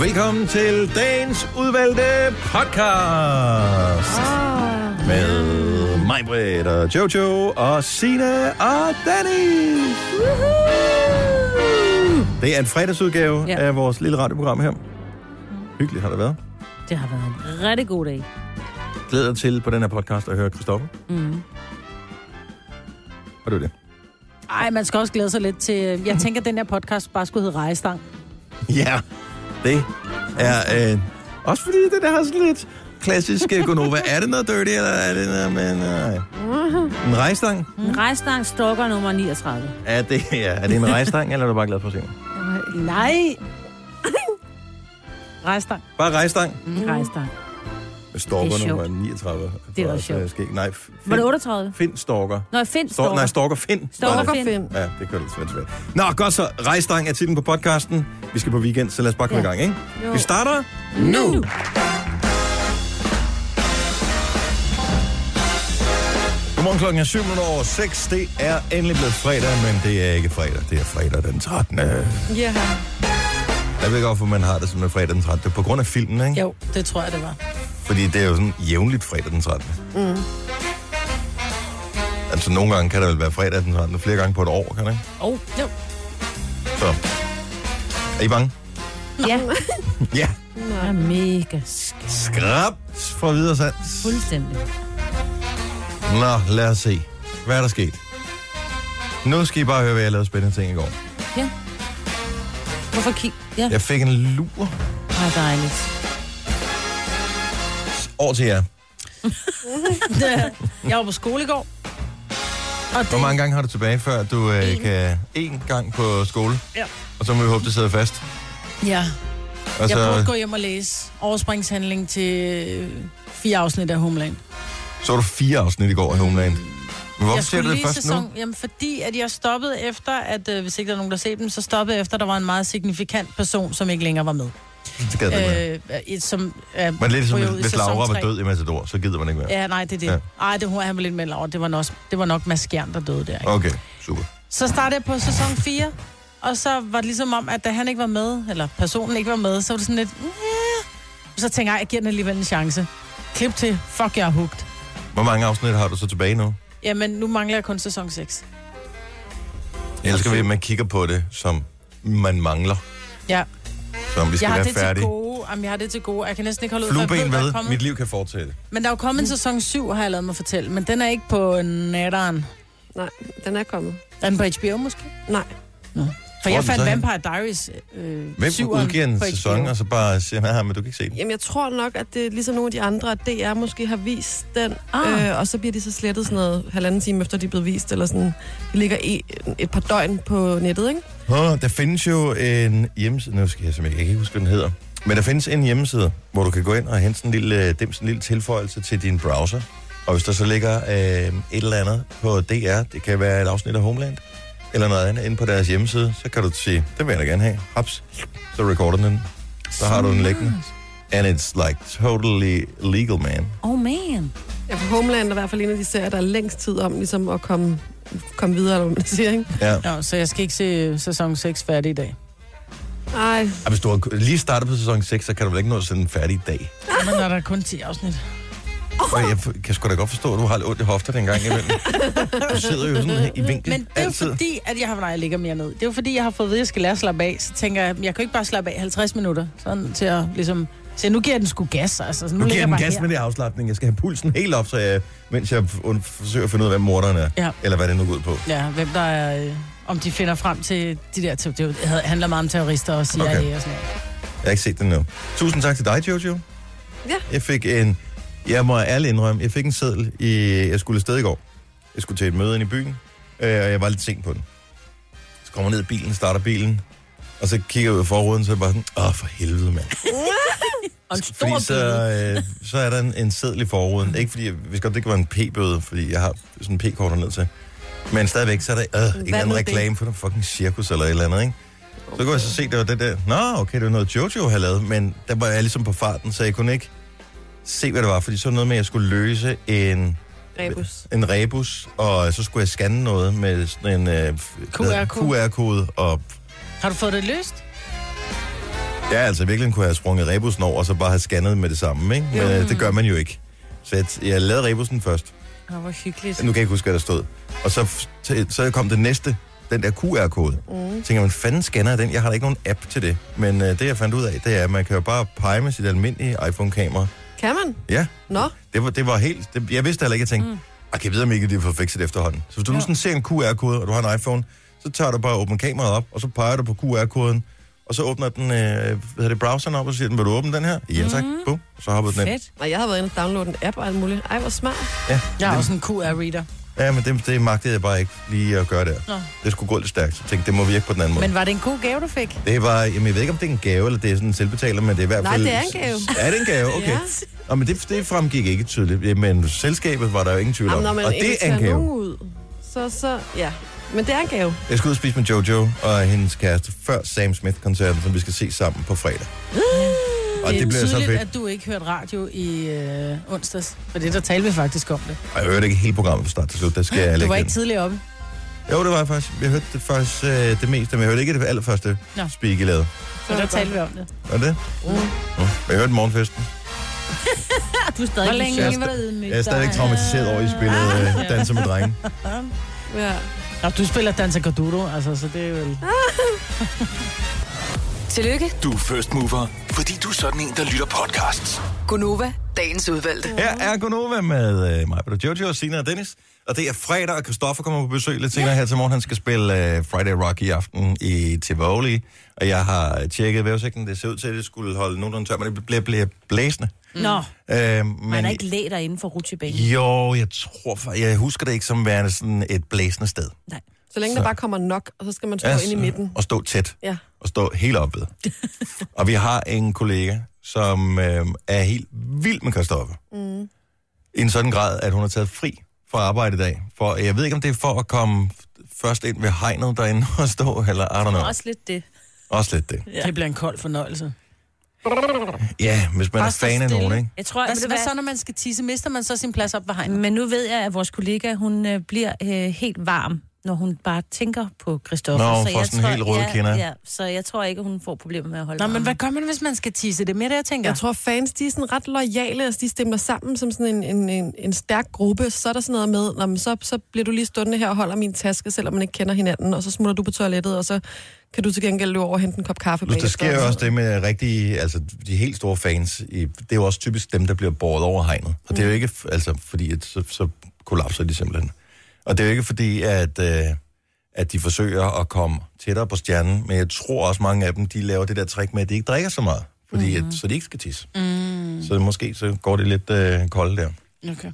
Velkommen til dagens udvalgte podcast. Ah. Med mig, Britt og Jojo og Sina og Danny. Det er en fredagsudgave Ja. af vores lille radioprogram her. Hyggeligt har det været. Det har været en rigtig god dag. Glæder dig til på den her podcast at høre Christoffer. Mm. Og det var det. Ej, man skal også glæde sig lidt til... øh, Jeg tænker, at den her podcast bare skulle hedde Rejestang. Mm. Ja, det er... Øh, også fordi det der har sådan lidt klassisk øh, Gonova. er det noget dirty, eller er det noget med en, øh, en rejstang? En rejstang stokker nummer 39. Er det, ja, er det en rejstang, eller er du bare glad for at se mig? Nej. Rejestang. Bare rejstang. Mm. Rejstang. Med Stalker Det er nummer 39. Det er Fra- også sjovt. fra Skæg. Nej, f- Var det Finn- 38? Finn Stalker. Nå, Finn Stor, stokker. nej, Stalker Finn. Stalker Var det? Finn. Ja, det kører lidt svært svært. Nå, godt så. Rejstang er titlen på podcasten. Vi skal på weekend, så lad os bare komme Ja. i gang, ikke? Jo. Vi starter nu. nu. Godmorgen klokken er 7 over 6. Det er endelig blevet fredag, men det er ikke fredag. Det er fredag den 13. Jeg Ja. ved godt, hvorfor man har det som en fredag den 13. Det er på grund af filmen, ikke? Jo, det tror jeg, det var. Fordi det er jo sådan jævnligt fredag den 13. Mm. Altså, nogle gange kan der vel være fredag den 13. Flere gange på et år, kan det ikke? Oh, jo. Så. Er I bange? Ja, Ja. jeg er mega sk- Skrab for videre sands. fuldstændig. Nå, lad os se. Hvad er der sket? Nu skal I bare høre, hvad jeg lavede spændende ting i går. Ja. Hvorfor kig? Ja, Jeg fik en lur Ej, dejligt. over til jer. Jeg var på skole i går. Og Hvor det, mange gange har du tilbage, før du øh, kan... En gang på skole. Ja. Og så må vi håbe, det sidder fast. ja, Og jeg burde så, gå hjem og læse overspringshandling til øh, fire afsnit af Homeland. så var du fire afsnit i går af Homeland. Men hvorfor jeg ser du skulle det lige først nu? sæson, jamen fordi at jeg stoppede efter, at øh, hvis ikke der er nogen, der har set dem, så stoppede jeg efter, at der var en meget signifikant person, som ikke længere var med. Det gad jeg ikke mere. Øh, et, som, øh, Men lidt som, ryger ud i hvis, hvis sæson Laura var tre. død i Matador, så gider man ikke mere. Ja, nej, det er Ja. det. Ej, det hun han var lidt med Laura. Det var nok, det var nok Mads Skjern, der døde der. Ikke? Okay, super. Så startede jeg på sæson 4, og så var det ligesom om, at da han ikke var med, eller personen ikke var med, så var det sådan lidt... "Næh." Så tænkte jeg, jeg giver den alligevel en chance. Klip til, fuck, jeg er hugt. Hvor mange afsnit har du så tilbage nu? Jamen, nu mangler jeg kun sæson 6. Jeg elsker, at man kigger på det, som man mangler. Ja, Som vi skal jeg har være det til færdige. gode. Jamen, jeg har det til gode. Jeg kan næsten ikke holde ud, for jeg ved, Flueben hvad der ved, kommer. mit liv kan fortsætte. Men der er jo kommet en sæson 7, har jeg lavet mig fortælle. Men den er ikke på netteren. Nej, den er kommet. Er den på HBO måske? Nej. For Hvor er jeg den fandt så henne? Vampire Diaries øh, Hvem syveren udgiver en på HBO. sæson, og så bare siger, nej, men du kan ikke se den. Jamen, jeg tror nok, at det er ligesom nogle af de andre, at DR måske har vist den, Ah. ah. øh, og så bliver de så slettet sådan noget halvanden time efter, de er blevet vist, eller sådan. De ligger i, et par døgn på nettet, ikke? Åh, der findes jo en hjemmeside, nu skal jeg simpelthen jeg kan ikke huske, hvad den hedder. Men der findes en hjemmeside, hvor du kan gå ind og hente sådan en lille, dem sådan en lille tilføjelse til din browser. Og hvis der så ligger øh, et eller andet på DR, det kan være et afsnit af Homeland, eller noget andet inde på deres hjemmeside, så kan du sige, det vil jeg da gerne have. Haps, så recorder den. Så har du den liggende. And it's like totally legal, man. Oh, man. Ja, for Homeland er i hvert fald en af de serier, der er længst tid om ligesom at komme, komme videre, eller hvad man siger, ikke? Ja. Nå, så jeg skal ikke se sæson 6 færdig i dag. Ej, Og hvis du har lige startet på sæson 6, så kan du vel ikke nå at sende den færdig i dag. Men når der er kun 10 afsnit. Og jeg f- kan sgu da godt forstå, at du har lidt ondt i hofter dengang imellem. Du sidder jo sådan her i vinkel Altså, øh, Men det er jo altid. fordi, at jeg har... Nej, jeg ligger mere ned. Det er jo fordi, jeg har fået at vide, at jeg skal lære at slappe af. Så tænker jeg, jeg kan jo ikke bare slappe af 50 minutter. Sådan til at ligesom... Så nu giver jeg den sgu gas, altså. Så nu, Nu giver ligger jeg jeg den bare gas her. med det afslappning. Jeg skal have pulsen helt op, så jeg, mens jeg und- forsøger at finde ud af, hvem morderen er. Ja. Eller hvad det nu går ud på. Ja, hvem der er... Øh, om de finder frem til de der... Til, det er jo- det handler meget om terrorister og CIA Okay. okay. og sådan noget. Jeg har ikke set den nu. Tusind tak til dig, Jojo. Ja. Jeg fik en... Jeg må ærligt indrømme, jeg fik en seddel i... Jeg skulle afsted i går. Jeg skulle til et møde ind i byen, øh, og jeg var lidt sent på den. Så kommer jeg ned i bilen, starter bilen, og så kigger jeg ud af forruden, så er jeg bare sådan, åh, for helvede, mand. Og en Fordi stor så, bøde. øh, så er der en, en seddel i forruden. Ikke fordi, jeg vidste godt, det kan være en p-bøde, fordi jeg har sådan en p-kort herned til. Men stadigvæk, så er der øh, en eller anden nu det? reklame for noget fucking cirkus eller et eller andet, ikke? Så kunne jeg så se, det var det der. Nå, okay, det var noget Jojo havde lavet, men der var jeg ligesom på farten, så jeg kunne ikke se, hvad det var. Fordi så var det noget med, at jeg skulle løse en, rebus. en rebus, og så skulle jeg scanne noget med sådan en øh, hvad hedder det? QR-kode. QR-kode. Og Har du fået det løst? Ja, altså virkelig kunne jeg have sprunget rebusen over, og så bare have scannet med det samme, ikke? Men øh, det gør man jo ikke. Så jeg, jeg lavede rebusen først. Åh, hvor hyggeligt. Nu kan jeg ikke huske, hvad der stod. Og så, f- t- så kom det næste, den der QR-kode. Mm. tænker man, fanden scanner jeg den? Jeg har da ikke nogen app til det. Men øh, det, jeg fandt ud af, det er, at man kan jo bare pege med sit almindelige iPhone-kamera. Kan man? Ja, Nå, det var, det var helt... Det, jeg vidste heller ikke, jeg tænkte, mm. jeg kan vide, om ikke det er fået fikset efterhånden. Så hvis du nu sådan ser en QR-kode, og du har en iPhone, så tager du bare åbne kameraet op, og så peger du på QR-koden, og så åbner den, øh, hvad hedder det, browseren op, og så siger den, vil du åbne den her? Ja, tak. Mm. Bum, så hopper den ind. Fedt. og jeg har været inde og downloade en app og alt muligt. Ej, hvor smart. Ja, Jeg er det- også en QR-reader. Ja, men det, det magtede jeg bare ikke lige at gøre der. Nå. Det skulle gå lidt stærkt, så jeg tænkte, det må virke på den anden måde. Men Men... var det en god gave, du fik? Det var, jamen, jeg ved ikke, om det er en gave, eller det er sådan en selvbetaler, men det er i hvert Nej, fald... det er en gave. Er det en gave? Okay. ja. Ja. Nå, men det, det fremgik ikke tydeligt, men selskabet var der jo ingen tvivl om. Jamen, når man og ikke det er en tager gave. nogen ud, så, så, ja. Men det er en gave. Jeg skal ud og spise med Jojo og hendes kæreste før Sam Smith-koncerten, som vi skal se sammen på fredag. Og det, er bliver så tydeligt, fedt. at du ikke hørte radio i øh, onsdags. For det, der talte vi faktisk om det. Og jeg hørte ikke hele programmet fra start til slut. Der skal jeg Du lægge var ind. ikke tidligere oppe. Jo, det var jeg faktisk. Jeg hørte det først øh, det meste, men jeg hørte ikke det allerførste Nå. speak, I lavede. Så der talte vi om det. Var det? Mm. Men jeg hørte morgenfesten. Du er stadig Hvor længe Jeg er var det ydmygt? Jeg er stadigvæk traumatiseret over, at I spillede Ah. øh, Danser med drenge. Ja. Nå, du spiller danser Gadudo, altså, så det er vel... Tillykke, Du er first mover, fordi du er sådan en, der lytter podcasts. Gunova, dagens udvalgte. Her er Gunova med øh, mig, og Jojo, Sina og Dennis. Og det er fredag, og Christoffer kommer på besøg lidt senere her til morgen. Han skal spille øh, Friday Rock i aften i Tivoli. Og jeg har tjekket vejrudsigten. Det ser ud til, at det skulle holde nogenlunde tør, men det bliver, bliver blæsende. Mm. Nå, Øh, man men er ikke læg dig inden for rutsjebanen. jo, jeg tror, for, jeg husker det ikke som værende sådan et blæsende sted. Nej. Så længe så. der bare kommer nok, og så skal man stå Ja, ind i så- midten. Og stå tæt. Ja. og stå helt op ved. og vi har en kollega, som øh, er helt vild med Christoffer. Mm. I en sådan grad, at hun har taget fri fra arbejde i dag. For jeg ved ikke, om det er for at komme først ind ved hegnet derinde og stå, eller I don't know. Også lidt det. Også lidt det. Ja. Det bliver en kold fornøjelse. Ja, hvis man er Bare stå fan af stille. nogen, ikke? Jeg tror, Hvad, at, hvad så, når man skal tisse? Mister man så sin plads op ved hegnet? Men nu ved jeg, at vores kollega, hun øh, bliver øh, helt varm, når hun bare tænker på Christoffer. Nå, hun så får jeg sådan helt røde ja, kinder. Ja, så jeg tror ikke, hun får problemer med at holde Nå, men varmen. hvad gør man, hvis man skal tisse? Det er mere det, jeg tænker. Jeg tror, fans, de er sådan ret lojale, altså de stemmer sammen som sådan en, en, en, en stærk gruppe. Så er der sådan noget med, Nå, men så, så bliver du lige stående her og holder min taske, selvom man ikke kender hinanden, og så smutter du på toilettet, og så kan du til gengæld løbe over og hente en kop kaffe. Plus, der bagefter. sker jo også det med rigtige, altså de helt store fans. i- Det er jo også typisk dem, der bliver båret over hegnet. Og det Mm. er jo ikke, f- altså fordi, at så, så kollapser de simpelthen. Og det er jo ikke fordi, at, øh, at de forsøger at komme tættere på stjernen, men jeg tror også mange af dem, de laver det der trick med, at de ikke drikker så meget, fordi at, så de ikke skal tisse. Mm. Så måske så går det lidt øh, koldt der. Okay.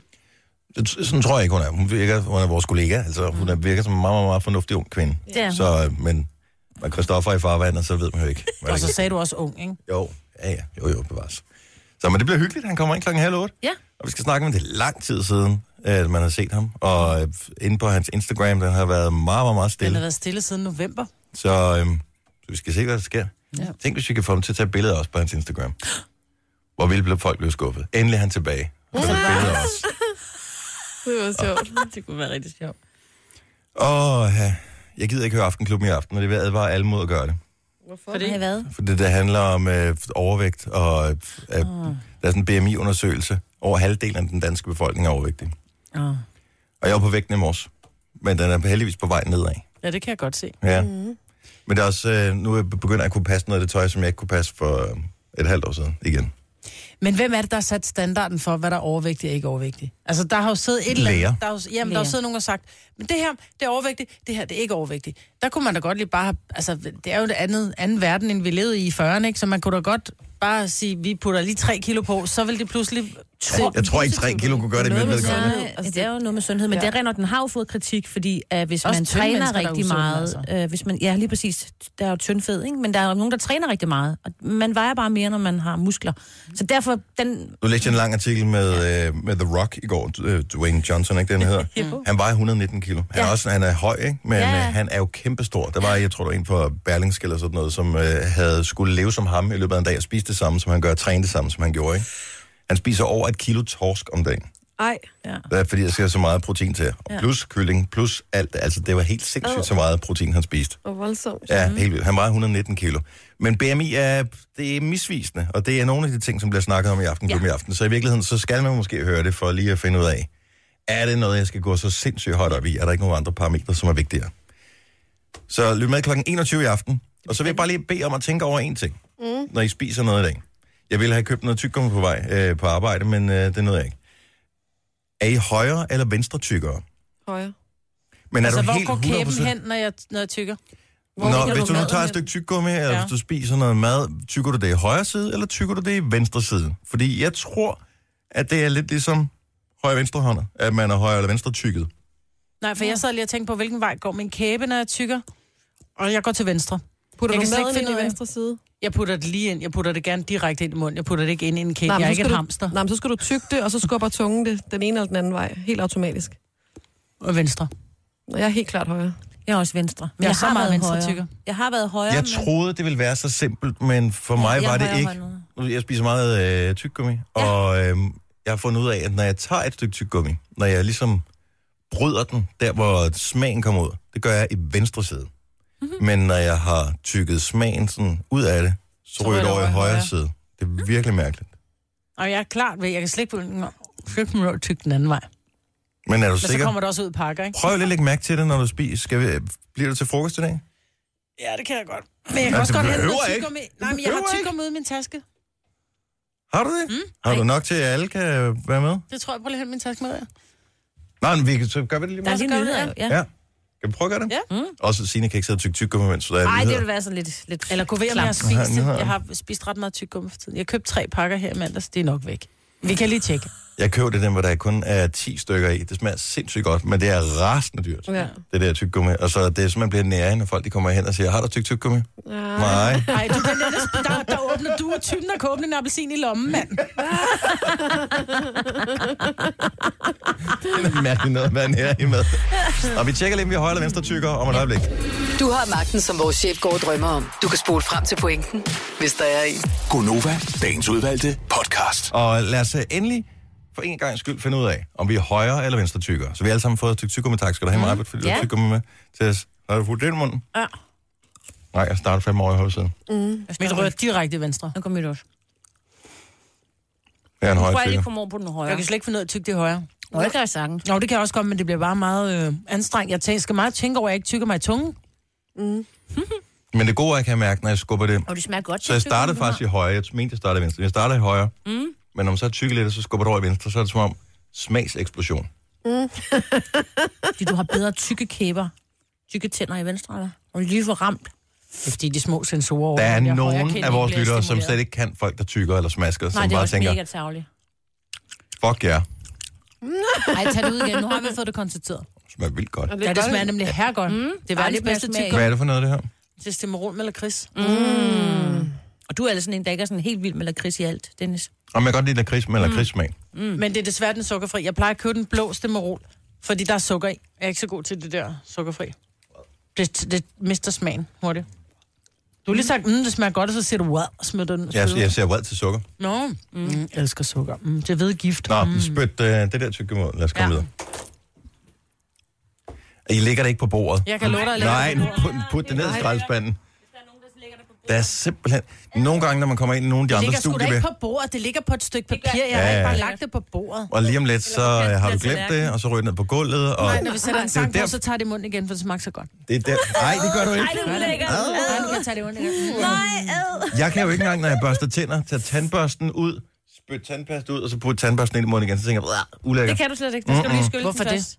Det- Sådan tror jeg ikke, hun er. Hun virker, hun er vores kollega, altså hun Mm. er, virker som en meget, meget, meget fornuftig ung kvinde. Det er hun. Så, øh, men når Christoffer er i farvandet, så ved man jo ikke. hvad der Og så kan- sagde du også ung, ikke? jo, ja, ja. Jo, jo, bevares. Så men det bliver hyggeligt. Han kommer ind klokken halv otte. Ja. Og vi skal snakke med det er lang tid siden, at man har set ham. Og øh, inde på hans Instagram, den har været meget, meget, meget Den har stille. været stille siden november. Så, øhm, så vi skal se, hvad der sker. Ja. Tænk, hvis vi kan få ham til at tage billeder også på hans Instagram. Hvor ville blev folk blive skuffet. Endelig er han tilbage. Og så et billede også. Det var sjovt. Det kunne være rigtig sjovt. Åh, ja. jeg gider ikke høre Aftenklubben i aften, og det vil jeg advare alle mod at gøre det. Hvorfor? Fordi... Har I været? For det, der handler om øh, overvægt, og øh, øh, der er sådan en BMI-undersøgelse. Over halvdelen af den danske befolkning er overvægtig. Oh. Og jeg var på vægten i morges. Men den er heldigvis på vej nedad. Ja, det kan jeg godt se. Ja. Mm. Men det er også, øh, nu er jeg begyndt at kunne passe noget af det tøj, som jeg ikke kunne passe for øh, et halvt år siden igen. Men hvem er det, der har sat standarden for, hvad der er overvægtigt og ikke overvægtigt? Altså, der har jo siddet et eller Læger. andet... Der er jo, jamen, der har jo Læger. siddet nogen og sagt, men det her, det er overvægtigt, det her, det er ikke overvægtigt. Der kunne man da godt lige bare... have- Altså, det er jo det andet, anden verden, end vi levede i i 40'erne, ikke? Så man kunne da godt bare sige, vi putter lige tre kilo på, så vil det pludselig... Tror, Jeg tror ikke, 3 kilo kunne gøre det med Noget med vedkommende. Nej, altså, det er jo noget med sundhed, men ja. det render, den har jo fået kritik, fordi uh, hvis Også man tynde træner mennesker, der er rigtig usunde, meget, øh, hvis man, ja lige præcis, der er jo tyndfed, ikke? men der er jo nogen, der træner rigtig meget, og man vejer bare mere, når man har muskler. Så derfor, den, Nu læste jeg en lang artikel med, øh, med The Rock i går, øh, Dwayne Johnson, ikke den hedder? Han vejer 119 kilo. Han er, også, han er høj, ikke? men Ja, øh, ja. han er jo kæmpestor. Der var, jeg tror, der var en fra Berlingske eller sådan noget, som øh, havde skulle leve som ham i løbet af en dag og spise det samme, som han gør, og træne det samme, som han gjorde. Ikke? Han spiser over et kilo torsk om dagen. Nej. Ja. Det er, fordi der skal så meget protein til. Og Ja. Plus kylling, plus alt. Altså, det var helt sindssygt, så meget protein han spiste. Og voldsomt. Ja, Mhm. helt vildt. Han var 119 kilo. Men BMI er, det er misvisende, og det er nogle af de ting, som bliver snakket om i aften, ja. i aften. Så i virkeligheden, så skal man måske høre det for lige at finde ud af, er det noget, jeg skal gå så sindssygt højt op i? Er der ikke nogen andre parametre, som er vigtigere? Så lyt med kl. 21 i aften. Og så vil jeg bare lige bede om at tænke over en ting, mm. når I spiser noget i dag. Jeg ville have købt noget tyggegummi på vej øh, på arbejde, men øh, det nåede jeg ikke. Er I højre eller venstre tykkere? Højre. Men altså, er du hvor helt går kæben 100%? hen, når jeg, når jeg tykker? Hvor ligger Nå, hvis du du nu maden tager et hen? stykke tyggegummi, eller ja. Ja. hvis du spiser noget mad, tykker du det i højre side, eller tykker du det i venstre side? Fordi jeg tror, at det er lidt ligesom højre-venstre hånd, at man er højre- eller venstre tykket. Nej, for jeg sad lige og tænkte på, hvilken vej går min kæbe, når jeg tykker. Og jeg går til venstre. Putter Jeg du kan slet ikke maden finde ind ud i af- venstre side? Jeg putter det lige ind. Jeg putter det gerne direkte ind i munden. Jeg putter det ikke ind i en kæbe. Nej, men jeg er så ikke skal et du, hamster. Nej, men så skal du tygge det, og så skubber tungen det den ene eller den anden vej. Helt automatisk. Og venstre. Og jeg er helt klart højere. Jeg er også venstre. Men Jeg er jeg så har meget været venstre højere. tykker. Jeg har været højere, Jeg men- troede, det ville være så simpelt, men for mig jeg var er det ikke. højrehåndet. Jeg spiser meget øh, tyggegummi, ja. og øh, jeg har fundet ud af, at når jeg tager et stykke tyggegummi, når jeg ligesom bryder den, der hvor smagen kommer ud, det gør jeg i venstre side. Mm-hmm. Men når jeg har tykket smagen sådan ud af det, så, ryger det over i højre side. Det er virkelig mærkeligt. Og jeg er klart ved, jeg kan slet ikke begynde at tykke mig og tykke den anden vej. Men er du Men så sikker? kommer det også ud i pakker, ikke? Prøv lige at lægge mærke til det, når du spiser. Skal vi, bliver du til frokost i dag? Ja, det kan jeg godt. Men jeg kan Ja, også Altså, du godt hente behøver noget ikke. tykker med. Nej, men jeg behøver har ikke. tykker med i min taske. Har du det? Mm? Har du nok til, at alle kan være med? Det tror jeg, prøv lige at hente min taske med. Nej, men vi kan, så gør vi det lige Der er med. lige gør vi nyheder, det. jo. Ja. Ja. Kan vi prøve at gøre det? Ja. Mm. Også Signe kan ikke sidde og tykke tykke mens der er Ej, det nyheder. ville være sådan lidt, lidt Eller gå ved, om jeg klamt. har spist Nej, nu har jeg- det. Jeg har spist ret meget tyk gummi for tiden. Jeg købte tre pakker her i mandags. Det er nok væk. Vi kan lige tjekke. Jeg købte den, hvor der kun er 10 stykker i. Det smager sindssygt godt, men det er rasende dyrt. Ja. Det der tyggegummi. Og så det er simpelthen bliver nærende, når folk de kommer hen og siger, har du tyk tyggegummi? Ja. Nej. Nej, du kan der, der, der åbner du og typen, der kan åbne en appelsin i lommen, mand. Det er mærkeligt noget at være nærende med. Og vi tjekker lige, om vi er højre eller venstre tykker om et øjeblik. Du har magten, som vores chef går og drømmer om. Du kan spole frem til pointen, hvis der er en. Gonova, dagens udvalgte podcast. Og lad os øh, endelig for en gang skyld finde ud af, om vi er højre eller venstre tykker. Så vi har alle sammen fået et stykke tyggegummi. Tak skal du have, mm. Maja, fordi du Ja. har tyggegummi med til os. Har du fuldt det i munden? Ja. Nej, jeg starter fem år i højsiden. Mit rører direkte i venstre. Nu kommer mit også. Jeg er en Nu højre jeg lige tykker. komme over på den højre. Jeg kan slet ikke finde ud af at tykke det højre. Nå, det kan jeg sagtens. Nå, det kan jeg også godt, men det bliver bare meget øh, anstrengt. Jeg tænker, skal meget tænke over, at jeg ikke tykker mig i tungen. Men det gode er, kan jeg mærke, når jeg skubber det. Og det smager godt. Så jeg startede faktisk i højre. Jeg mente, jeg startede i venstre. men Jeg startede i højre. Mm. Men når man så tykker lidt, og så skubber det over i venstre, så er det som om smagseksplosion. Fordi du har bedre tykke kæber. Tykke tænder i venstre, eller? Og lige for ramt. Det er fordi, de små sensorer over. Der er den nogen højre af vores kind ikke lyttere, bliver som stimuleret. slet ikke kan folk, der tykker eller smasker, Nej, som det er bare også tænker, mega tavligt. fuck ja, yeah. Ej, tag det ud igen. Nu har vi fået det konstateret. smager vildt godt. Og Ja, det gør smager nemlig her godt. Mm. Det er Ej, verdens det bliver bedste Mm. smag. tykker. Hvad er det for noget, det her? Det er stemmeron eller kris. Og du er altså sådan en, der ikke er sådan helt vild med lakrids i alt, Dennis. Om jeg kan godt lide lakrids med lakridssmag. Mm. Men det er desværre den sukkerfri. Jeg plejer at købe den blå stemmerol, fordi der er sukker i. Jeg er ikke så god til det der sukkerfri. Det, det mister smagen hurtigt. Du har lige sagt, mm, det smager godt, og så siger du, wow, og smitter den. Jeg, smider jeg den. ser vred til sukker. Nå, mm. Mm, elsker sukker. Mm, det ved gift. Nå, mm. spyt øh, det der tykke mod. Lad os komme ja. Ja. videre. I ligger det ikke på bordet. Jeg kan love dig, at jeg lægger Nej, det på nu put, put det ned i skraldespanden. Der er simpelthen... Nogle gange, når man kommer ind i nogle af de Det andre ligger sgu da studier, ikke på bordet. Det ligger på et stykke papir. Jeg har Ja, ikke bare ja. lagt det på bordet. og lige om lidt, så øh, har du glemt det, og så ryger det ned på gulvet, og... Når vi sætter en sang det, er på, jo så tager det i munden igen, for det smager så godt. der, det er der. Nej, det gør du ikke. Ja, nu kan jeg tage det i munden igen. Jeg kan jo ikke engang, når jeg børster tænder, tage tandbørsten ud, spytte tandpasta ud, og så putte tandbørsten ind i munden igen, så tænker jeg, "Uah, ulækkert. Det kan du slet ikke. Det skal du lige skylle Hvorfor den det? først.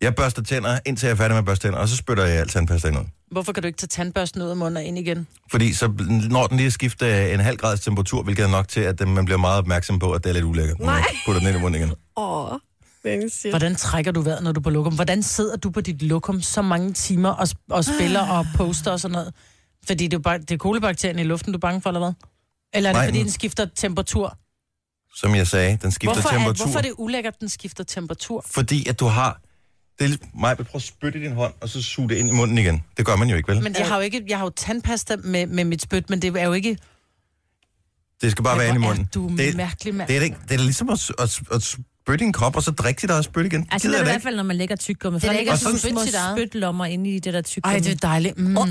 Jeg børster tænder, indtil jeg er færdig med at børste tænder, og så spytter jeg alt tandpasta ind. Hvorfor kan du ikke tage tandbørsten ud af munden og ind igen? Fordi så når den lige skifter en halv grads temperatur, hvilket er nok til, at øh, man bliver meget opmærksom på, at det er lidt ulækkert, når man putter den ind i munden igen. Åh, den siger. Hvordan trækker du vejret, når du er på lokum? Hvordan sidder du på dit lokum så mange timer og, og spiller og poster og sådan noget? Fordi det er, jo bare, det er kolibakterien i luften, du er bange for, eller hvad? Eller er det, Nej, fordi men- den skifter temperatur? Som jeg sagde, den skifter Hvorfor er, temperatur. hvorfor er det ulækkert, den skifter temperatur? Fordi at du har... Det er, lidt- Maja, prøv at spytte i din hånd, og så suge det ind i munden igen. Det gør man jo ikke, vel? Men jeg har jo, ikke, jeg har jo tandpasta med, med mit spyt, men det er jo ikke... det skal bare Men være ind i hvor er munden. du det, mærkelig mand. Det er, det, det er ligesom at, at, at spytte i en kop, og så drikke dit eget spyt igen. Altså, Gider det er jeg det i da hvert fald, når man lægger tyggegummi. Det For er der da ligger ikke sådan at små spytte sit eget. spytlommer inde i det der tyggegummi. Ej, det er dejligt. Mm. Oh.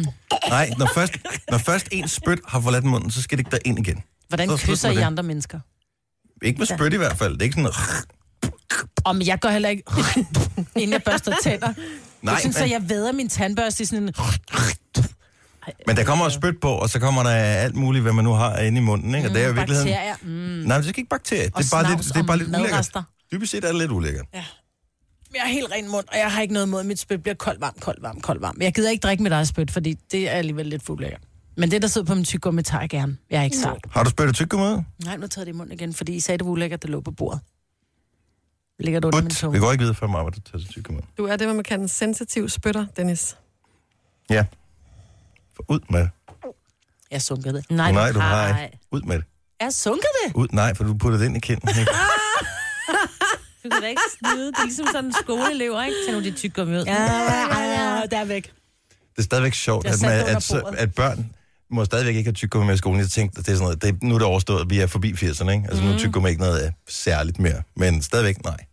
Nej, når først, når først en spyt har forladt munden, så skal det ikke derind igen. Hvordan Så slut kysser med I det. andre mennesker? Ikke med spyt i hvert fald. Det er ikke sådan... Om men jeg gør heller ikke, inden jeg børster tænder. Nej, Nej, jeg synes, men- at jeg væder min tandbørste i sådan en... Men der kommer også spyt på, og så kommer der alt muligt, hvad man nu har inde i munden, ikke? Og det er jo i virkeligheden... Bakterier. Mm. Nej, men det er ikke bakterier. Det Og er bare lidt, snavs det er bare og lidt ulækkert. madrester. Dybest set er det lidt ulækkert. Jeg har helt ren mund, og jeg har ikke noget imod, at mit spyt bliver koldt, varmt, koldt, varmt, koldt, varmt. Jeg gider ikke drikke mit eget spyt, fordi det er alligevel lidt fuldlækkert. Men det, der sidder på min tyggegummi, tager jeg gerne. Jeg er ikke sart. Har du spyttet tyk ud? Nej, nu tager jeg det i munden igen, fordi I sagde, det var ulækkert, det lå på bordet. Ligger det under min But, vi tunge? går ikke videre før mig, der tager tyk ud. Du er det, hvad man kalder en sensitiv spytter, Dennis. Ja. For Ud med det. Jeg sunkede det. Nej, Nej, du har ikke. Ud med det. Jeg sunkede det? Ud, nej, for du putter det ind i kinden. Ikke? Du kan da ikke snyde. Det er ligesom sådan en skoleelever, ikke? Tag nu dit tyggegummi ud. Ja, ja, ja, der er væk. Det er stadigvæk sjovt, Det er at, sat man, under at, så- bordet. at børn må stadigvæk ikke have tyggegummi med i skolen. Jeg tænkte, at det er sådan noget, det, nu er det overstået, vi er forbi 80'erne, ikke? Altså mm. nu Mhm. er tyggegummi ikke noget øh, særligt mere, men stadigvæk nej. Men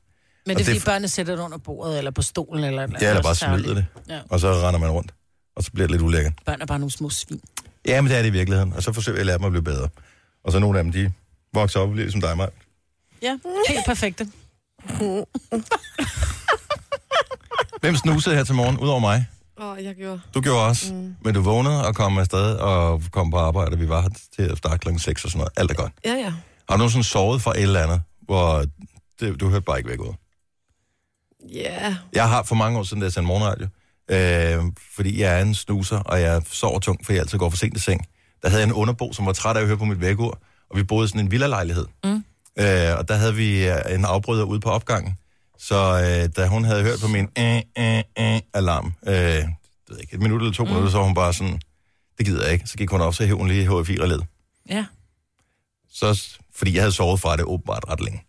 Og det er, det er fordi f- børnene sætter det under bordet, eller på stolen, eller... eller Ja, eller eller bare smider det, Ja. og så render man rundt, og så bliver det lidt ulækkert. Børn er bare nogle små svin. Ja, men det er det i virkeligheden, og så forsøger jeg at lære dem at blive bedre. Og så nogle af dem, de vokser op og bliver som dig, Maja. Ja, helt perfekte. Hvem snusede her til morgen, udover mig? Åh, jeg gjorde. Du gjorde også, mm. men du vågnede og kom afsted og kom på arbejde, og vi var her til at starte klokken 6 og sådan noget. Alt er godt. Ja, ja. Har du nogensinde sovet for et eller andet, hvor det, du hørte bare ikke væk ud? Ja. Jeg har for mange år siden, da jeg sendte morgenradio, øh, fordi jeg er en snuser, og jeg sover tungt, for jeg altid går for sent i seng. Der havde jeg en underbo, som var træt af at høre på mit vækkeur, og vi boede i sådan en villa-lejlighed. Mm. Øh, og der havde vi øh, en afbryder ude på opgangen, så øh, da hun havde hørt på min øh, øh, øh, alarm, øh, det ved jeg ikke, et minut eller to mm. minutter, så var hun bare sådan, det gider jeg ikke. Så gik hun op, så hævde hun lige HF4 og led. Ja. Så, fordi jeg havde sovet fra det åbenbart ret længe.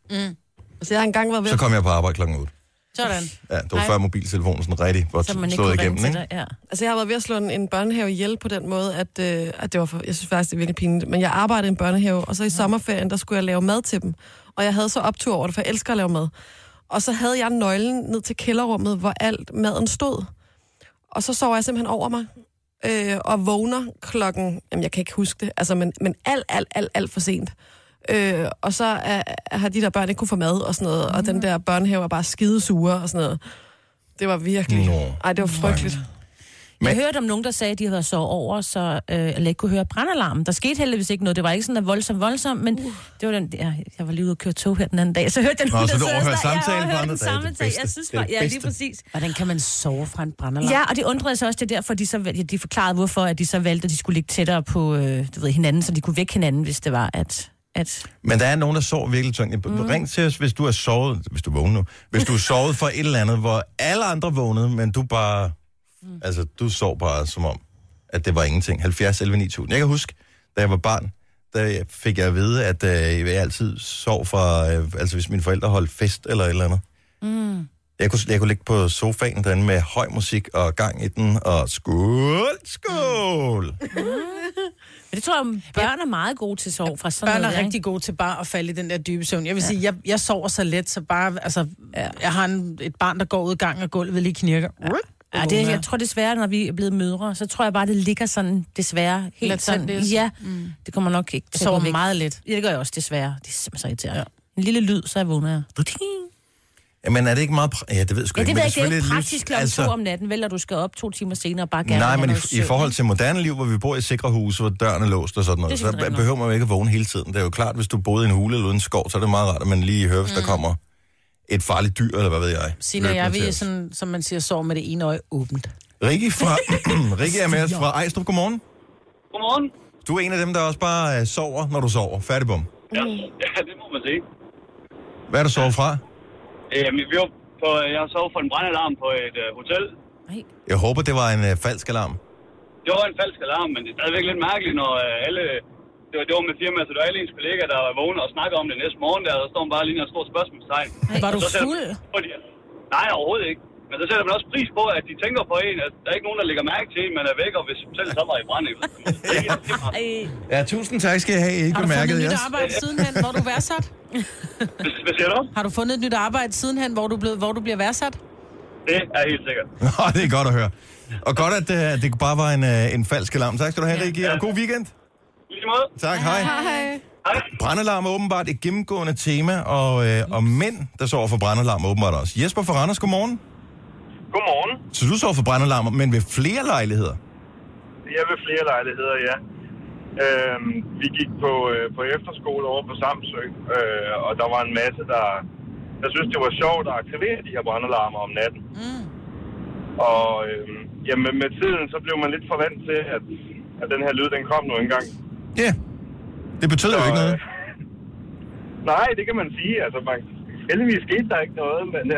Altså, jeg har engang været ved... Så kom jeg på arbejde klokken 8. Sådan. Ja, det var Ej. før mobiltelefonen sådan rigtig var Så man ikke slået kunne igennem. ringe til Ikke? dig. Ja. Altså, jeg har været ved at slå en, en børnehave ihjel på den måde, at, øh, at det var for, jeg synes faktisk, det er virkelig pinligt. Men jeg arbejdede i en børnehave, og så i sommerferien, der skulle jeg lave mad til dem. Og jeg havde så optur over det, for jeg elsker at lave mad. Og så havde jeg nøglen ned til kælderrummet, hvor alt maden stod. Og så sover jeg simpelthen over mig. Øh, og vågner klokken, jamen jeg kan ikke huske det, altså, men, men alt, alt, alt, alt for sent. Øh, og så er, har de der børn ikke kunne få mad og sådan noget, mm. og den der børnehave er bare skidesure og sådan noget. Det var virkelig... Nå. Ej, det var frygteligt. Jeg Men- hørte om nogen, der sagde, at de havde været sovet over, så øh, eller ikke kunne høre brandalarmen. Der skete heldigvis ikke noget. Det var ikke sådan der voldsomt, voldsomt, men uh. det var den... Ja, jeg var lige ude og køre tog her den anden dag, så hørte jeg Nå, nogen, så der du sad og overhørte snak- samtalen Jeg fra overhørte andre den dage. Det er det bedste. samtale. Jeg synes Det er bare, det ja, lige bedste. præcis. Hvordan kan man sove fra en brandalarm? Ja, og det undrede sig også, det er derfor, de, så, ja, de forklarede, hvorfor at de så valgte, at de skulle ligge tættere på øh, du ved, hinanden, så de kunne vække hinanden, hvis det var, at... at Men der er nogen, der sover virkelig tungt. Mm. Ring til os, hvis du er sovet, hvis du vågner nu, hvis du er sovet for et eller andet, hvor alle andre vågnede, men du bare, mm. altså du sov bare som om, at det var ingenting. 70, 11, 9000. Jeg kan huske, da jeg var barn, der fik jeg at vide, at øh, jeg altid sov fra, øh, altså hvis mine forældre holdt fest eller et eller andet. Mm. Jeg kunne, jeg kunne ligge på sofaen derinde med høj musik og gang i den, og skål, skål! men det tror jeg, børn er meget gode til sov fra sådan Børn noget. er der, rigtig gode til bare at falde i den der dybe søvn. Jeg vil ja. sige, jeg, jeg sover så let, så bare, altså, ja. jeg har en, et barn, der går ud i gangen, og gulvet lige knirker. Ja, det, jeg tror desværre, når vi er blevet mødre, så tror jeg bare, det ligger sådan desværre helt Lidt sådan. sådan, det- Ja, mm. det kommer nok ikke til jeg at gå sover væk. meget let. Ja, det gør jeg også desværre. Det er simpelthen så irriterende. Ja. En lille lyd, så jeg vågner jeg. Jamen er det ikke meget... Pr- ja, det ved jeg sgu Ja, det, ikke. ved men jeg, ikke. det er jo selvfølgelig ikke et livs- praktisk klokken altså... to om natten, vel, når du skal op to timer senere og bare gerne Nej, have men noget i, i søvn, forhold ikke? til moderne liv, hvor vi bor i sikre huse, hvor døren er låst og sådan Det er noget, så selvfølgelig rigtigt behøver man jo ikke at vågne hele tiden. Det er jo klart, hvis du boede i en hule eller uden skov, så er det meget rart, at man lige hører, hvis Mm. der kommer et farligt dyr, eller hvad ved jeg. Signe og løbende jeg, til vi er os. sådan, som man siger, sover med det ene øje åbent. Rikke, fra, Rikke er med os fra Ejstrup. Godmorgen. Godmorgen. Du er en af dem, der også bare øh, sover, når du sover. Færdigbom. Ja, ja, det må man sige. Hvad er du sover fra? Jamen, vi var på, øh, jeg sov for en brandalarm på et øh, hotel. Nej. Jeg håber, det var en øh, falsk alarm. Det var en falsk alarm, men det er stadigvæk lidt mærkeligt, når øh, alle... Det var, det var med firmaet, så det var alle ens kollegaer, der vågner og snakker om det næste morgen der, og der står man bare lige en stor spørgsmålstegn. Var du Så sætter- fuld? Fordi, nej, overhovedet ikke. Men så sætter man også pris på, at de tænker på en, at der er ikke nogen, der lægger mærke til en, man er væk, og hvis selv så var i brand. ikke? Det er ikke- Ej. Ja, tusind tak skal jeg have. I ikke Har du fundet bemærket nyt jeres. arbejde sidenhen, hvor du er værdsat? Hvad, hvad siger du? Har du fundet et nyt arbejde sidenhen, hvor du, blev, hvor du bliver værdsat? Det er helt sikkert. Nå, det er godt at høre. Og godt, at øh, det bare var en, øh, en falsk alarm. Tak skal du have, Rikke, og god weekend. Lige måde. Tak, hej. Hej. Hej. Brandalarm er åbenbart et gennemgående tema, og, øh, og mænd, der sover for brandalarm, åbenbart også. Jesper fra Randers, godmorgen. Godmorgen. Så du sover for brandalarm, men ved flere lejligheder? Jeg ved flere lejligheder, ja. Øhm, vi gik på, øh, på efterskole over på Samsø, øh, og der var en masse, der, der synes det var sjovt at aktivere de her brandalarmer om natten. Mm. Og øhm, jamen, med tiden, så blev man lidt forvant til, at, at den her lyd, den kom nu engang. Ja. Yeah. Det betød jo Så, ikke noget. øh, Nej, det kan man sige. Altså, man, heldigvis skete der ikke noget, men øh,